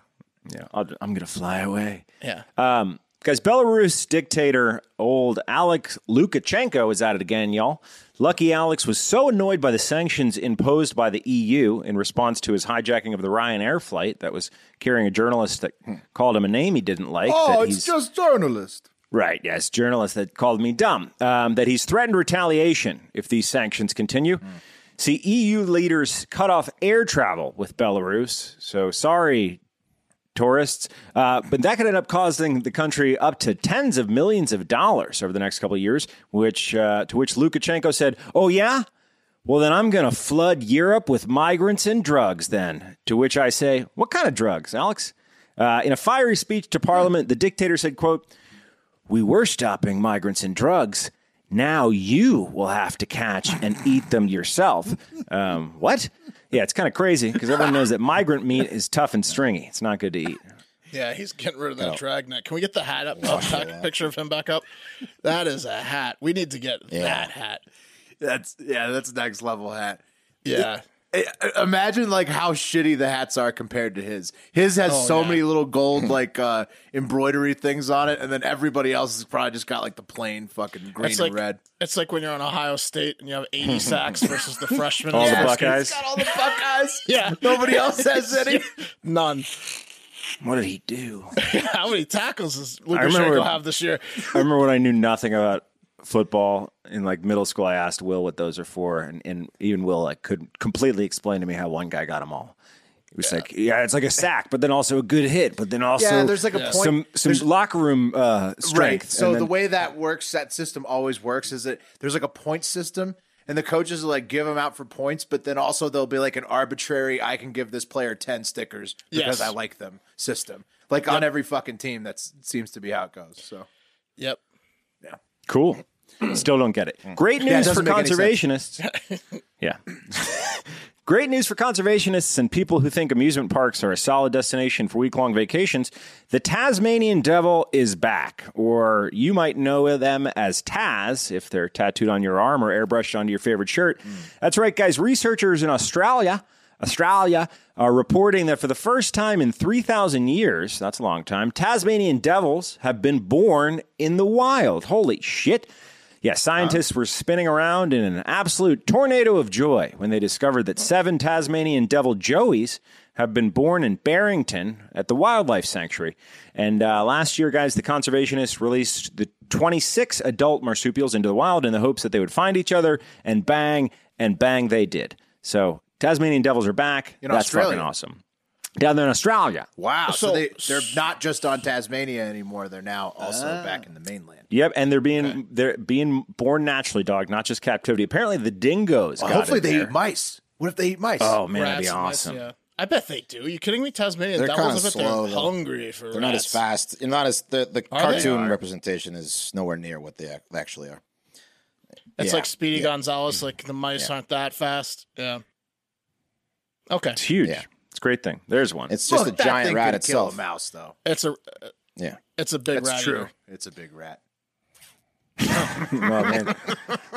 Yeah, I'll, I'm gonna fly away. Yeah. Um, guys, Belarus dictator old Alex Lukashenko is at it again, y'all. Lucky Alex was so annoyed by the sanctions imposed by the EU in response to his hijacking of the Ryanair flight that was carrying a journalist that called him a name he didn't like. Oh, that he's- Oh, just journalist. Right, yes, journalist that called me dumb, um, that he's threatened retaliation if these sanctions continue. See, EU leaders cut off air travel with Belarus, so sorry, tourists. Uh, but that could end up costing the country up to tens of millions of dollars over the next couple of years, which uh, to which Lukashenko said, "Oh yeah." Well, then I'm going to flood Europe with migrants and drugs, then. To which I say, What kind of drugs, Alex? Uh, in a fiery speech to Parliament, the dictator said, quote, we were stopping migrants and drugs. Now you will have to catch and eat them yourself. Um, what? Yeah, it's kind of crazy because everyone knows that migrant meat is tough and stringy. It's not good to eat. Yeah, he's getting rid of that dragnet. Can we get the hat up? up back- [laughs] picture of him back up. That is a hat. We need to get that hat. That's yeah. That's next level hat. Yeah. imagine like how shitty the hats are compared to his. His has so yeah. many little [laughs] gold like uh embroidery things on it, and then everybody else has probably just got like the plain fucking green It's and like red. it's like when you're on Ohio State and you have 80 sacks versus the freshman. All the Yeah. Buckeyes. Got all the Buckeyes. Yeah. Nobody else [laughs] has any. None. [laughs] What did he do? How many tackles does I remember- Lukashenko have this year? I remember when I knew nothing about football in like middle school. I asked Will what those are for, and, and even Will like could completely explain to me how one guy got them all. It was like, yeah, it's like a sack, but then also a good hit, but then also Yeah, there's like a point- some some locker room uh, Right. strength. So and then- the way that works, that system always works, is that there's like a point system, and the coaches will like give them out for points, but then also there'll be like an arbitrary, I can give this player ten stickers because Yes. I like them system. Like on every fucking team, that seems to be how it goes. So Yep. cool, still don't get it. Great news for Mm. doesn't make any conservationists. yeah. Great news for conservationists and people who think amusement parks are a solid destination for week long vacations. The Tasmanian devil is back, or you might know them as Taz if they're tattooed on your arm or airbrushed onto your favorite shirt. Mm. That's right, guys. Researchers in Australia. Australia are reporting that for the first time in 3,000 years, that's a long time, Tasmanian devils have been born in the wild. Holy shit. Uh-huh. Yeah, scientists were spinning around in an absolute tornado of joy when they discovered that seven Tasmanian devil joeys have been born in Barrington at the wildlife sanctuary. And uh, last year, guys, the conservationists released the 26 adult marsupials into the wild in the hopes that they would find each other, and bang, and bang, they did. So Tasmanian devils are back. In That's Australia. fucking awesome. Down there in Australia. wow. So, So- they they're not just on Tasmania anymore. They're now also Ah. back in the mainland. Yep, and they're being they're being born naturally, dog, not just captivity. Apparently, the dingoes. got Hopefully it they there. eat mice. What if they eat mice? Oh man, that'd Rats be and mice, awesome. yeah. I bet they do. you kidding me? Tasmanian They're devils. I kinda bet slow, they're though. hungry for They're not as fast. and Not as the, the they? cartoon representation is nowhere near what they ac- actually are. It's Yeah. like Speedy Gonzalez. Like the mice aren't that fast. Yeah. Okay. It's huge. Yeah. It's a great thing. There's one. It's just Look, a that giant thing rat could Kill itself. a mouse though. It's a uh, Yeah. it's a big That's rat true. eater. It's a big rat. oh [laughs] man,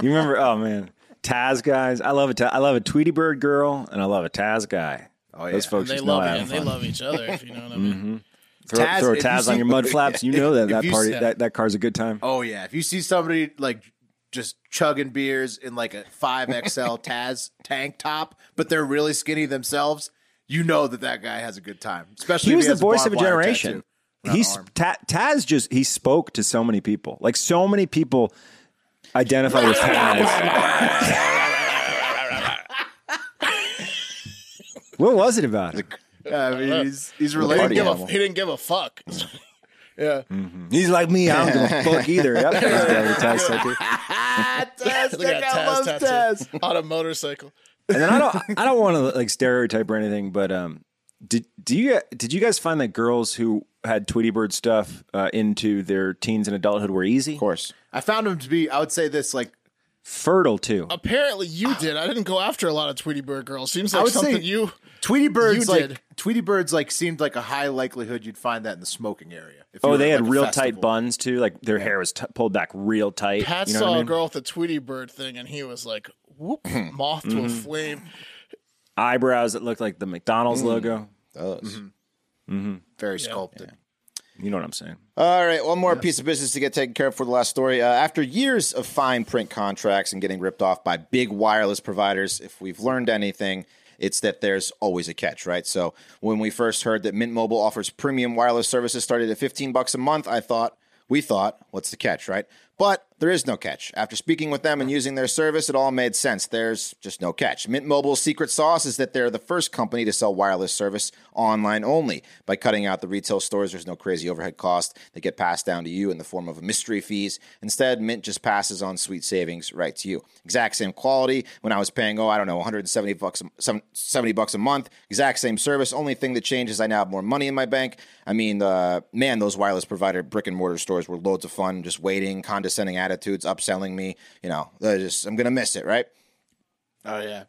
you remember? Oh man, Taz guys. I love a Ta- I love a Tweety Bird girl, and I love a Taz guy. Oh yeah, those folks They just know love how it and to have they fun. love each other. If you know what I mean. Throw, Taz, throw if you Taz on see- your mud flaps. You know that If that you party see- that, that car's a good time. Oh yeah, if you see somebody like just chugging beers in like a five XL [laughs] Taz tank top, but they're really skinny themselves, you know that that guy has a good time. Especially he if was the has voice of barbed a wire generation. tattoo. He's Ta- Taz. Just he spoke to so many people. Like so many people identify with Taz. what was it about? him? Yeah, I mean, he's he's He, didn't related. give a, animal. he didn't give a fuck. yeah. He's like me. I don't give [laughs] a fuck either. Yep, he's got a Taz tattoo. [laughs] [laughs] Look at Taz [laughs] tattoo on a motorcycle. [laughs] And then I don't I don't want to like stereotype or anything, but um, did do you did you guys find that girls who had Tweety Bird stuff uh, into their teens and adulthood were easy, Of course. I found him to be. I would say this like fertile too? Apparently you did. I didn't go after a lot of Tweety Bird girls. Seems I like would say- something you. Tweety Birds. You like did. Tweety Birds like seemed like a high likelihood you'd find that in the smoking area. if you Oh, were they at, had like, a real tight festival. buns too. Like their hair was t- pulled back real tight. Pat you know saw what I a mean? girl with a Tweety Bird thing, and he was like, "Whoop, moth to a flame." Eyebrows that looked like the Mm. McDonald's logo. Those. Mm-hmm. very sculpted. You know what I'm saying? Mm-hmm. All right, one more piece of business to get taken care of for the last story. Uh, after years of fine print contracts and getting ripped off by big wireless providers, if we've learned anything, it's that there's always a catch, right? So when we first heard that Mint Mobile offers premium wireless services started at 15 bucks a month, I thought, we thought, what's the catch, right? But there is no catch. After speaking with them and using their service, it all made sense. There's just no catch. Mint Mobile's secret sauce is that they're the first company to sell wireless service online only. By cutting out the retail stores, there's no crazy overhead cost that get passed down to you in the form of mystery fees. Instead, Mint just passes on sweet savings right to you. Exact same quality when I was paying, oh, I don't know, 170 bucks, a- some- 70 bucks a month. Exact same service. Only thing that changes, I now have more money in my bank. I mean, uh, man, those wireless provider brick and mortar stores were loads of fun, just waiting, condescending attitudes, upselling me. You know, they're just I'm gonna miss it, right? Oh yeah.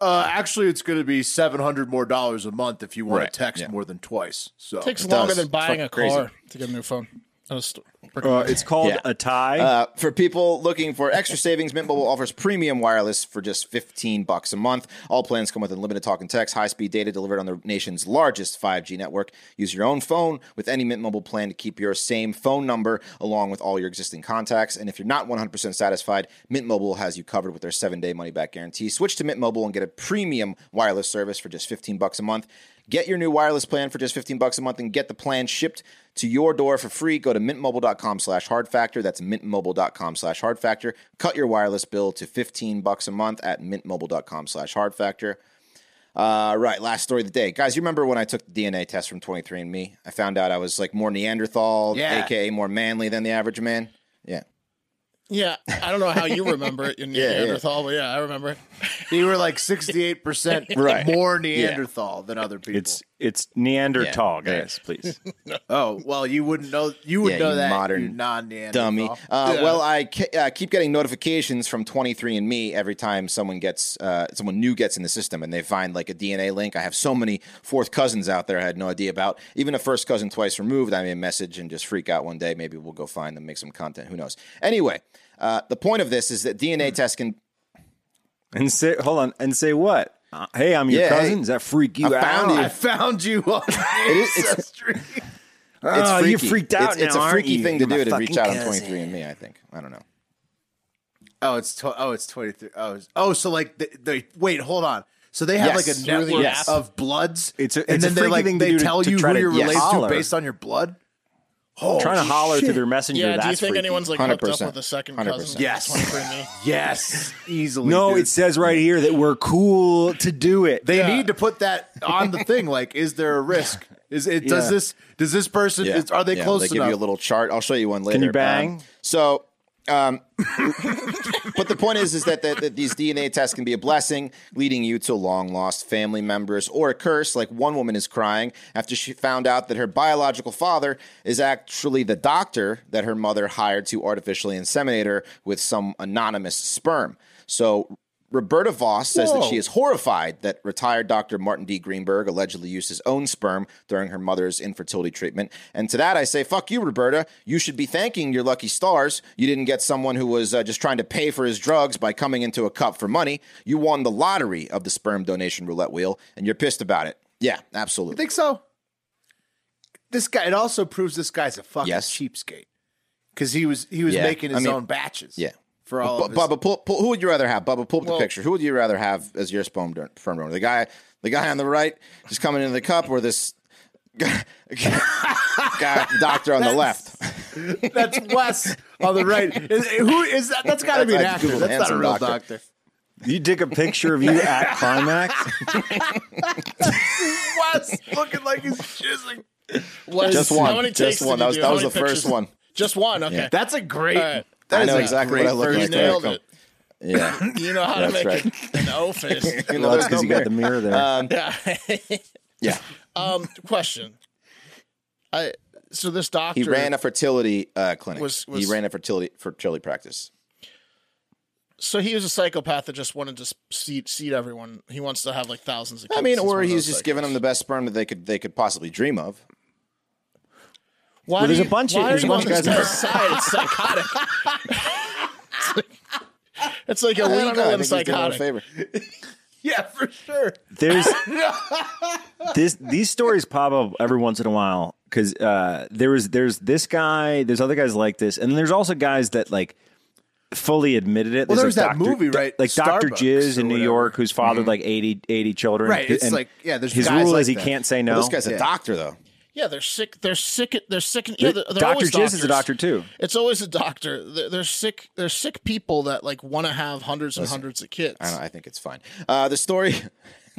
Uh, actually, it's going to be seven hundred more dollars a month if you want Right, to text more than twice. So [laughs] Takes longer does. than buying Fucking a car crazy. to get a new phone. That was st- Uh, it's called Yeah. a tie. Uh, for people looking for extra savings, Mint Mobile offers premium wireless for just 15 bucks a month. All plans come with unlimited talk and text, high-speed data delivered on the nation's largest 5G network. Use your own phone with any Mint Mobile plan to keep your same phone number along with all your existing contacts. And if you're not 100% satisfied, Mint Mobile has you covered with their 7-day money-back guarantee. Switch to Mint Mobile and get a premium wireless service for just 15 bucks a month. Get your new wireless plan for just 15 bucks a month and get the plan shipped to your door for free. Go to mintmobile.com slash hard factor. That's mintmobile.com slash hard factor. Cut your wireless bill to 15 bucks a month at mintmobile.com slash hard factor. Uh, right, last story of the day. Guys, you remember when I took the DNA test from 23andMe? I found out I was like more Neanderthal, Yeah. aka more manly than the average man. Yeah. yeah, I don't know how you remember [laughs] it in Yeah, yeah. Neanderthal, but yeah, I remember it. You were like 68% Right. more Neanderthal than other people. it's it's Neanderthal, Yeah. guys. [laughs] Please. oh, well, you wouldn't know. You would Yeah, know you that, modern you non-Neanderthal. dummy. Uh, Well, I ke- uh, keep getting notifications from 23andMe every time someone gets uh, someone new gets in the system, and they find like a DNA link. I have so many fourth cousins out there I had no idea about. Even a first cousin twice removed, I may message and just freak out one day. Maybe we'll go find them, make some content. Who knows? Anyway, uh, the point of this is that [laughs] DNA tests can and say, hold on, and say what? Uh, hey, I'm your Yeah, cousin. hey, Does that freak you I out? found you. I found you on [laughs] is- it's- Ancestry. it's Oh, freaky. you freaked out It's, it's now, a aren't freaky you? thing to My do to reach fucking out on cousin. 23andMe. I think I don't know. oh, it's tw- oh, it's 23. Oh, it's- oh, so like they, they wait, hold on. So they have Yes, like a through the network app. of bloods. It's a- and it's a then they freaky like thing to they do to- tell to you try who to you're yes, related holler. to based on your blood. Oh, Trying to holler through their messenger. Yeah, that's do you think freaky. anyone's like hooked up 100%. with a second cousin? 100%. Yes. 23andMe? yes, [laughs] easily. No, dude. it says right here that we're cool to do it. They Yeah. need to put that on the thing. Like, is there a risk? Is it does Yeah. this does this person is, are they Yeah, close They give enough? you a little chart. I'll show you one later. you Um, bang? so, um, [laughs] but the point is, is that, that that these DNA tests can be a blessing, leading you to long lost family members, or a curse. Like one woman is crying after she found out that her biological father is actually the doctor that her mother hired to artificially inseminate her with some anonymous sperm. So. Roberta Voss says that she is horrified that retired Dr. Martin D. Greenberg allegedly used his own sperm during her mother's infertility treatment. And to that, I say, fuck you, Roberta. You should be thanking your lucky stars. You didn't get someone who was uh, just trying to pay for his drugs by coming into a cup for money. You won the lottery of the sperm donation roulette wheel, and you're pissed about it. Yeah, absolutely. think so. This guy. It also proves this guy's a fucking Yes. cheapskate because he was he was Yeah, making I his mean- own batches. yeah. for all Bu- of his- Bubba, pull, pull, who would you rather have? Bubba, pull up Well- the picture. Who would you rather have as your sperm don- sperm donor? The guy, the guy on the right, just coming into the cup, or this [laughs] guy, guy- doctor on the left? [laughs] that's Wes on the right. Is, who is that? That's got to be an I actor. That's Googled not a handsome real doctor. doctor. You take a picture [laughs] of you at climax. Wes looking like he's jizzing. Wes, Just How one. many Just takes did you one. That was- do? that How was many the first pictures? one. Just one. Okay. [laughs] That's a great. All right. that I is know a exactly great what I look first like. You when I nailed come- it. Yeah, [laughs] You know how to That's make an O [laughs] face. well, that's because you got the mirror uh, there. yeah. um, question. I so this doctor He ran a fertility uh, clinic. Was- he was- ran a fertility fertility practice. so he was a psychopath that just wanted to s- seed, seed everyone. He wants to have like thousands of kids. I mean, He's or one of he's those just psychos. giving them the best sperm that they could they could possibly dream of. Why Well, do there's a you- bunch of- why are there's a you bunch on of this guys guy's side? It's psychotic. [laughs] it's like I don't know. illegal I and think he's doing them a psychotic. favor. Yeah, for sure. [laughs] There's this these stories pop up every once in a while because uh, there was there's this guy, there's other guys like this, and there's also guys that like fully admitted it. Well, There's there like was that Dr. movie, D- right? Like Doctor Starbucks Jizz or in whatever. New Mm-hmm. York, who's fathered like 80, 80 children. Right, it's like- yeah, there's his guys rule like is he that. can't say no. Well, this guy's a Yeah. doctor though. Yeah, they're sick. They're sick. They're sick. Yeah, they're, they're Doctor always Jizz is a doctors. doctor too. It's always a doctor. They're, they're sick. They're sick people that like want to have hundreds and hundreds of kids. I, don't, I think it's fine. Uh, the story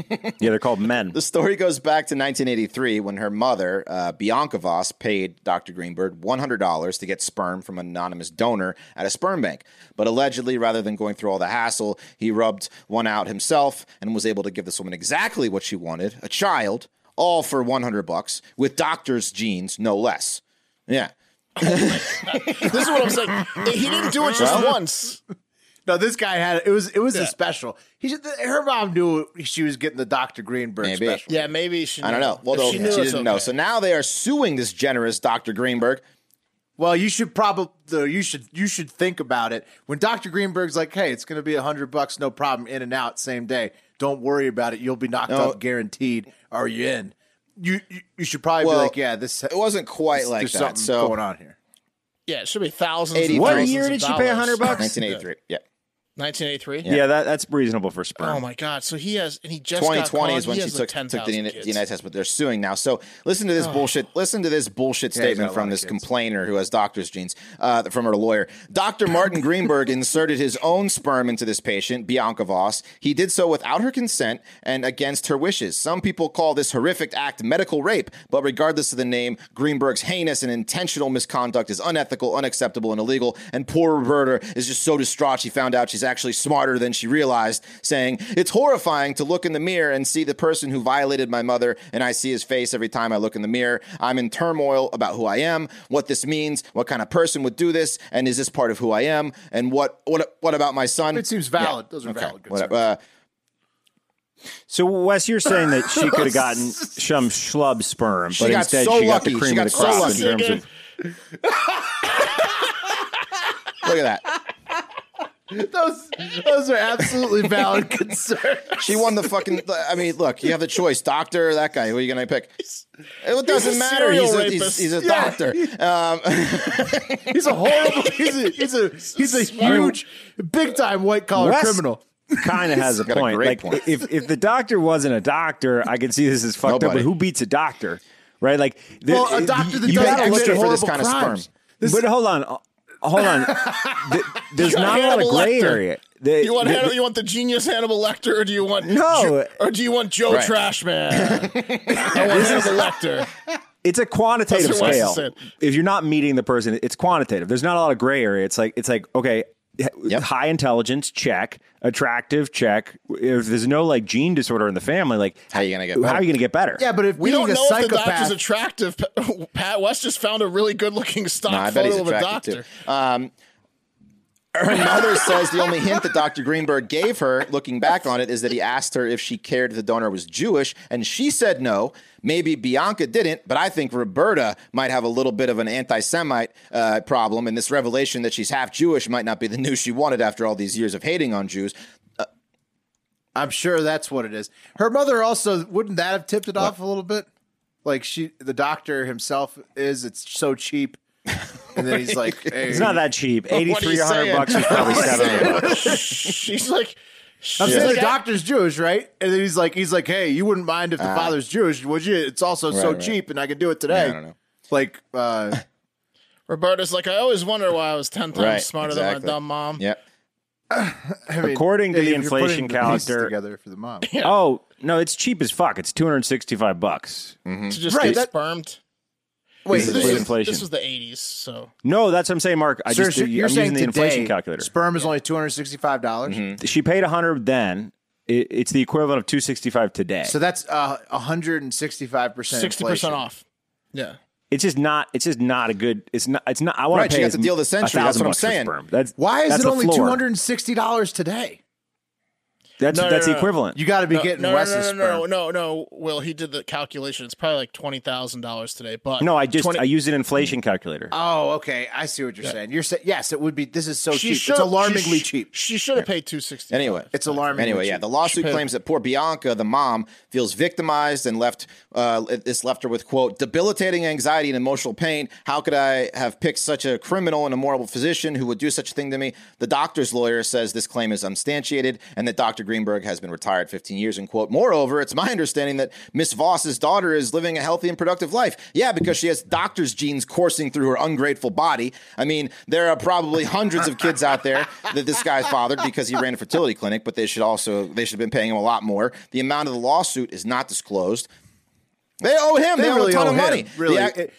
Yeah, they're called men. The story goes back to 1983 when her mother, uh, Bianca Voss, paid Dr. Greenberg $100 to get sperm from an anonymous donor at a sperm bank. But allegedly, rather than going through all the hassle, he rubbed one out himself and was able to give this woman exactly what she wanted a child, all for 100 bucks, with doctor's genes, no less. Yeah. [laughs] This is what I'm saying. He didn't do it just once. No, this guy had it was it was a special. He should, her mom knew she was getting the Doctor Greenberg Maybe. special. Yeah, maybe she. I don't knew. know. Well, If though, she, knew, it's didn't know. okay. So now they are suing this generous Dr. Greenberg Well, you should probably you should you should think about it. When Dr. Greenberg's like, "Hey, it's going to be a 100 bucks, no problem, in and out same day. Don't worry about it. You'll be knocked No. up guaranteed. Are you in?" You you, you should probably Well, be like, "Yeah, this It wasn't quite like there's that. something So going on here." Yeah, it should be thousands. Eighty- and What thousands year of did she pay dollars. 100 bucks? 1983. Yeah. 1983. Yeah, that, that's reasonable for sperm. Oh my God! So he has, and he just 2020 is got caught. when He she has took, like took the, 10,000 uni- kids. the United States, but they're suing now. So listen to this bullshit. Listen to this bullshit he's got statement a lot from of this kids. complainer who has doctor's genes, uh, from her lawyer. Dr. Martin [laughs] Greenberg inserted his own sperm into this patient, Bianca Voss. He did so without her consent and against her wishes. Some people call this horrific act medical rape, but regardless of the name, Greenberg's heinous and intentional misconduct is unethical, unacceptable, and illegal. And poor Roberta is just so distraught she found out she's actually smarter than she realized, saying, It's horrifying to look in the mirror and see the person who violated my mother, and I see his face every time I look in the mirror. I'm in turmoil about who I am, what this means, what kind of person would do this, and is this part of who I am, and what what what about my son? It seems valid. Those are valid What- concerns. uh, So Wes, you're saying that [laughs] she could have gotten some schlub sperm, but got instead so she got lucky. the cream She got of the so crop lucky. in terms of look at that. those those are [laughs] absolutely valid concerns. She won the fucking. I mean, look, you have the choice, doctor or that guy. Who are you going to pick? It doesn't matter. serial He's a, he's, rapist. he's a Yeah. doctor. He's a horrible. He's a he's a he's a huge, big time white collar Wes- criminal. kind of has a a point. great like point. if if the doctor wasn't a doctor, I could see this is fucked up. Nobody. But who beats a doctor, right? Like the, Well, a doctor that you doesn't gotta exist look at- for this kind of sperm. but hold on, uh, hold on. Th- There's You're not a lot of Hannibal gray Lecter. area. The- You want the- Hannibal, you want the genius Hannibal Lecter, or do you want No. Jo- or do you want Joe Right. Trashman? I want Hannibal Lecter. it's a quantitative That's what Wes is scale. saying. If you're not meeting the person, it's quantitative. There's not a lot of gray area. It's like it's like okay, h- high intelligence check, attractive check. If there's no like gene disorder in the family, like How you gonna get how better? are you gonna get better? Yeah, but if We being don't a know if the psychopath, doctor's attractive. Pa- [laughs] Pat West just found a really good-looking stock No, I bet he's photo of a attracted doctor. to. Um, her mother says the only hint that Dr. Greenberg gave her, looking back on it, is that he asked her if she cared if the donor was Jewish, and she said no. Maybe Bianca didn't, but I think Roberta might have a little bit of an anti Semite uh, problem, and this revelation that she's half Jewish might not be the news she wanted after all these years of hating on Jews. I'm sure that's what it is. Her mother also wouldn't that have tipped it off a little bit? Like she, the doctor himself is. It's so [laughs] cheap, and then he's like, hey, It's not that cheap. Eighty What are three you hundred saying? bucks [laughs] is probably [laughs] seven. She's like, I'm she's saying like, the doctor's Jewish, right? And then he's like, he's like, hey, you wouldn't mind if the father's Jewish, would you? It's also so right. cheap, and I could do it today. I don't know. Like, uh, Roberta's like, I always wonder why I was ten times Right, smarter than my exactly. dumb mom. Yep. I mean, According to if the you're putting inflation the pieces calendar- together for the mom. Oh no, it's cheap as fuck. It's two hundred sixty five bucks. To just Right, that- get spermed. Wait, This This is was- inflation. This was the '80s, so No, that's what I'm saying, Mark. I Sir, just you're I'm saying using the inflation today, calculator. Mm-hmm. Sperm is only two hundred sixty-five dollars. She paid hundred then. It, it's the equivalent of two sixty five today. So that's uh, hundred and sixty-five percent. sixty percent off. Yeah. It's just not. It's just not a good. It's not. It's not. I want Right, to she pay got as the deal of the century. 1,000 That's what I'm bucks for saying. sperm. That's Why is that's it the only two floor. hundred and sixty dollars today? That's No, no, that's no, the no. equivalent. You got to be No, getting no, no, Wes's no, no, sperm. no, no, no. Will he did the calculation? It's probably like twenty thousand dollars today. But no, I just 20 I use an inflation calculator. Oh, okay. I see what you're saying. You're saying yes, it would be. This is so cheap. should've- it's alarmingly she sh- cheap. She should have paid two sixty. Anyway. It's alarmingly. Anyway, cheap. yeah, the lawsuit claims that poor Bianca, the mom, feels victimized and left. Uh, this left her with quote debilitating anxiety and emotional pain. How could I have picked such a criminal and immoral physician who would do such a thing to me? The doctor's lawyer says this claim is unsubstantiated and that Dr. Greenberg has been retired 15 years. And quote, moreover, it's my understanding that Miss Voss's daughter is living a healthy and productive life. Yeah, because she has doctor's genes coursing through her ungrateful body. I mean, there are probably hundreds of kids out there that this guy fathered because he ran a fertility clinic, but they should also they should have been paying him a lot more. The amount of the lawsuit is not disclosed. They owe him. They, They owe really a ton owe of him, money. really. The ac-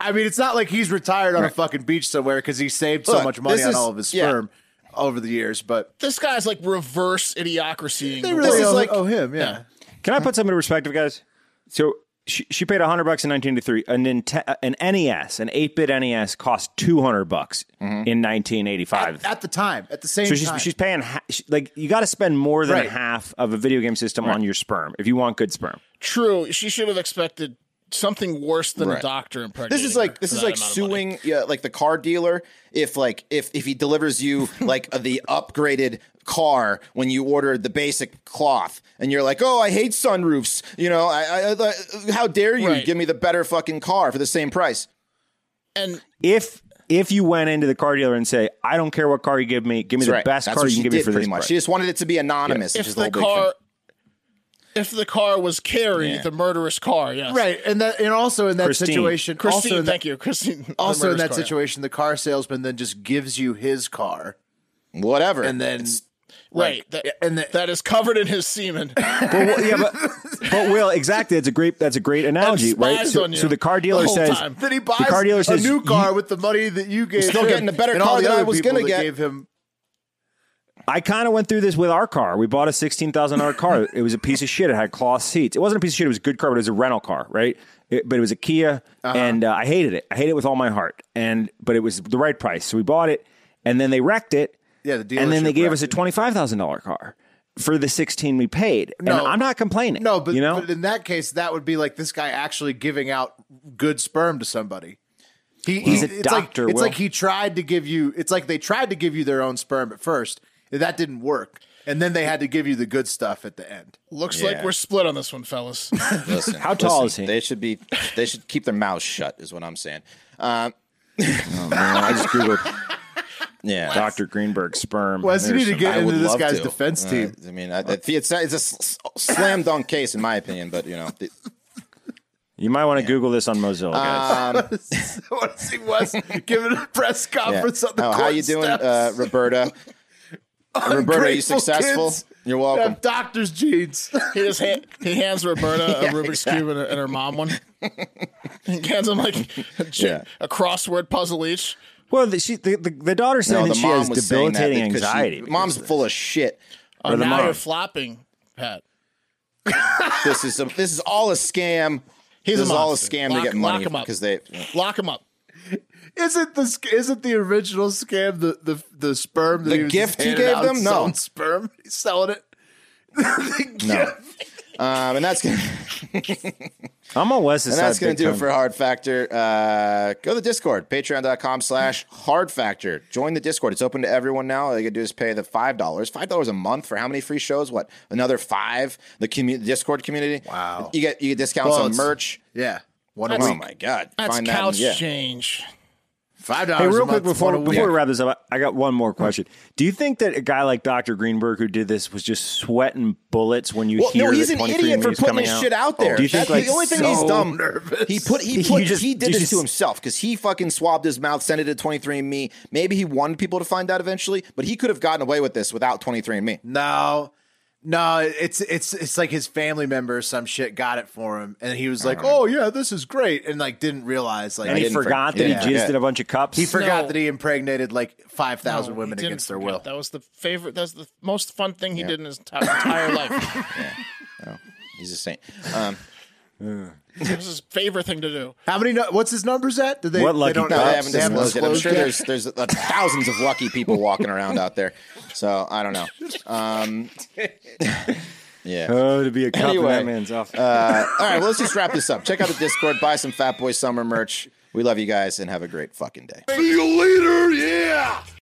I mean, it's not like he's retired on a fucking beach somewhere because he saved so Look, much money this on is- all of his yeah. sperm over the years. But This guy's like reverse idiocracy. they really is owe, like- owe him. Yeah. Can I put some into perspective, guys? So she, she paid hundred bucks in 1983. An, Ninte- uh, an NES, an 8-bit NES, cost two hundred bucks in 1985. At the time, at the same So she's time, she's paying ha- she, like you got to spend more than Right. half of a video game system on your sperm if you want good sperm. True. She should have expected something worse than a Right. doctor impregnating. This is her like for this is that like amount of money. suing yeah, like the car dealer if like if if he [laughs] delivers you like uh, the upgraded car when you ordered the basic cloth and you're like oh I hate sunroofs you know I, I, I how dare you Right. give me the better fucking car for the same price and If if you went into the car dealer and say, "I don't care what car you give me, give me That's the right. best That's car what you can she give me did for pretty this much price." she just wanted it to be anonymous which if is the whole big thing. car, if the car was Carrie, Yeah. the murderous car, yes, Right, and that, and also in that Christine. situation, Christine, also in that, thank you, Christine. the also in murderous that car, yeah. situation, the car salesman then just gives you his car, whatever and then right? that, and the- that is covered in his semen. [laughs] But, well, yeah, but, but Will, exactly. That's a great. That's a great analogy, right? spies So, on you so the car the dealer whole says, time. then he buys car dealer says, a new "You- car with the money that you gave. still him getting a better and all the car than I other was people gonna that get." Gave him I kind of went through this with our car. We bought a sixteen thousand [laughs] dollar car. It was a piece of shit. It had cloth seats. It wasn't a piece of shit. It was a good car, but it was a rental car, right? It- but it was a Kia, Uh-huh. and uh, I hated it. I hated it with all my heart. And but it was the right price, so we bought it. And then they wrecked it. Yeah, the And then they dealership gave wrecked us a it. twenty five thousand dollar car for the sixteen we paid. and No. I'm not complaining. no, but, you know, but in that case, that would be like this guy actually giving out good sperm to somebody. He, He's he- a it's doctor, Like, it's Will. like he tried to give you. It's like they tried to give you their own sperm at first. and That didn't work, and then they had to give you the good stuff at the end. [laughs] Looks Yeah. like we're split on this one, fellas. Listen, How tall is he? They should be. They should keep their mouths shut. Is what I'm saying. Um, I just [laughs] googled. Yeah, Doctor Greenberg sperm. Wes, you need to get I into would this love guy's to. defense Uh, team. I mean, I, I- it's a, it's a s- slam dunk case in my opinion, but you know, [laughs] the- You might want to Google this on Mozilla, guys. Uh, I want to see [laughs] Wes giving a press yeah. conference on the Oh, how court you doing, steps. uh, [laughs] Roberta? Roberta, are you Ungrateful successful? kids. You're welcome. Have doctor's jeans. He just ha- he hands [laughs] Roberta a Rubik's cube and her, and her mom one. [laughs] he hands them like a, j- Yeah. a crossword puzzle each. Well, the, she, the, the, the daughter's saying No, that the she mom has was saying that debilitating because she- anxiety. Mom's full of shit. Oh, Or the now mom. you're flopping, Pat. This is a, this is all a scam. He's a this is all a monster. scam Lock- to get lock money 'em up. because they. Lock him up. [laughs] isn't the sc- isn't the original scam the the, the sperm that The he was gift just he handing gave out them? No. selling sperm. [laughs] He's selling it. The gift. Um, and that's gonna. I'm on Wes's And side. that's going big to do it time. for Hard Factor. Uh, go to Discord, patreon.com slash Hard Factor. Join the Discord. It's open to everyone now. All they can do is pay the $5. $5 a month for how many free shows? What? Another five? The commu- Discord community? Wow. You get you get discounts Well, on it's- merch. Yeah. One a Oh, week. my God. That's Find that in- couch yeah. change. Five dollars. Hey, a real month, quick before one a before week. we wrap this up, I got one more question. Do you think that a guy like Dr. Greenberg who did this was just sweating bullets when you Well, hear no, he's the an 23 idiot for news putting coming his out? shit out there. Oh, Do you think That's like the only thing he's so dumb. nervous. He put he [laughs] You put just- he did you this just- to himself because he fucking swabbed his mouth, sent it to 23andMe. Maybe he wanted people to find out eventually, but he could have gotten away with this without 23andMe. No. No, it's it's it's like his family member or some shit got it for him, and he was like, "Oh yeah, this is great," and like didn't realize like and he didn't for- forgot that yeah. he jizzed Yeah. in a bunch of cups? he forgot No. that he impregnated like five thousand No, he women didn't against their forget. will. That was the favorite. That's the most fun thing he did in his t- entire life. [laughs] He's a saint. Um, It was his favorite thing to do. How many? nu- What's his numbers at? Did they? What lucky they don't no, know. they Perhaps haven't they haven't disclosed it. I'm disclosed sure yet? there's there's uh, thousands of lucky people walking around out there. So I don't know. Um, [laughs] yeah. Oh, to be a cop in Anyway, that man's office. Uh, all right. Well, let's just wrap this up. Check out the Discord. Buy some Fat Boy Summer merch. We love you guys and have a great fucking day. See you later, yeah!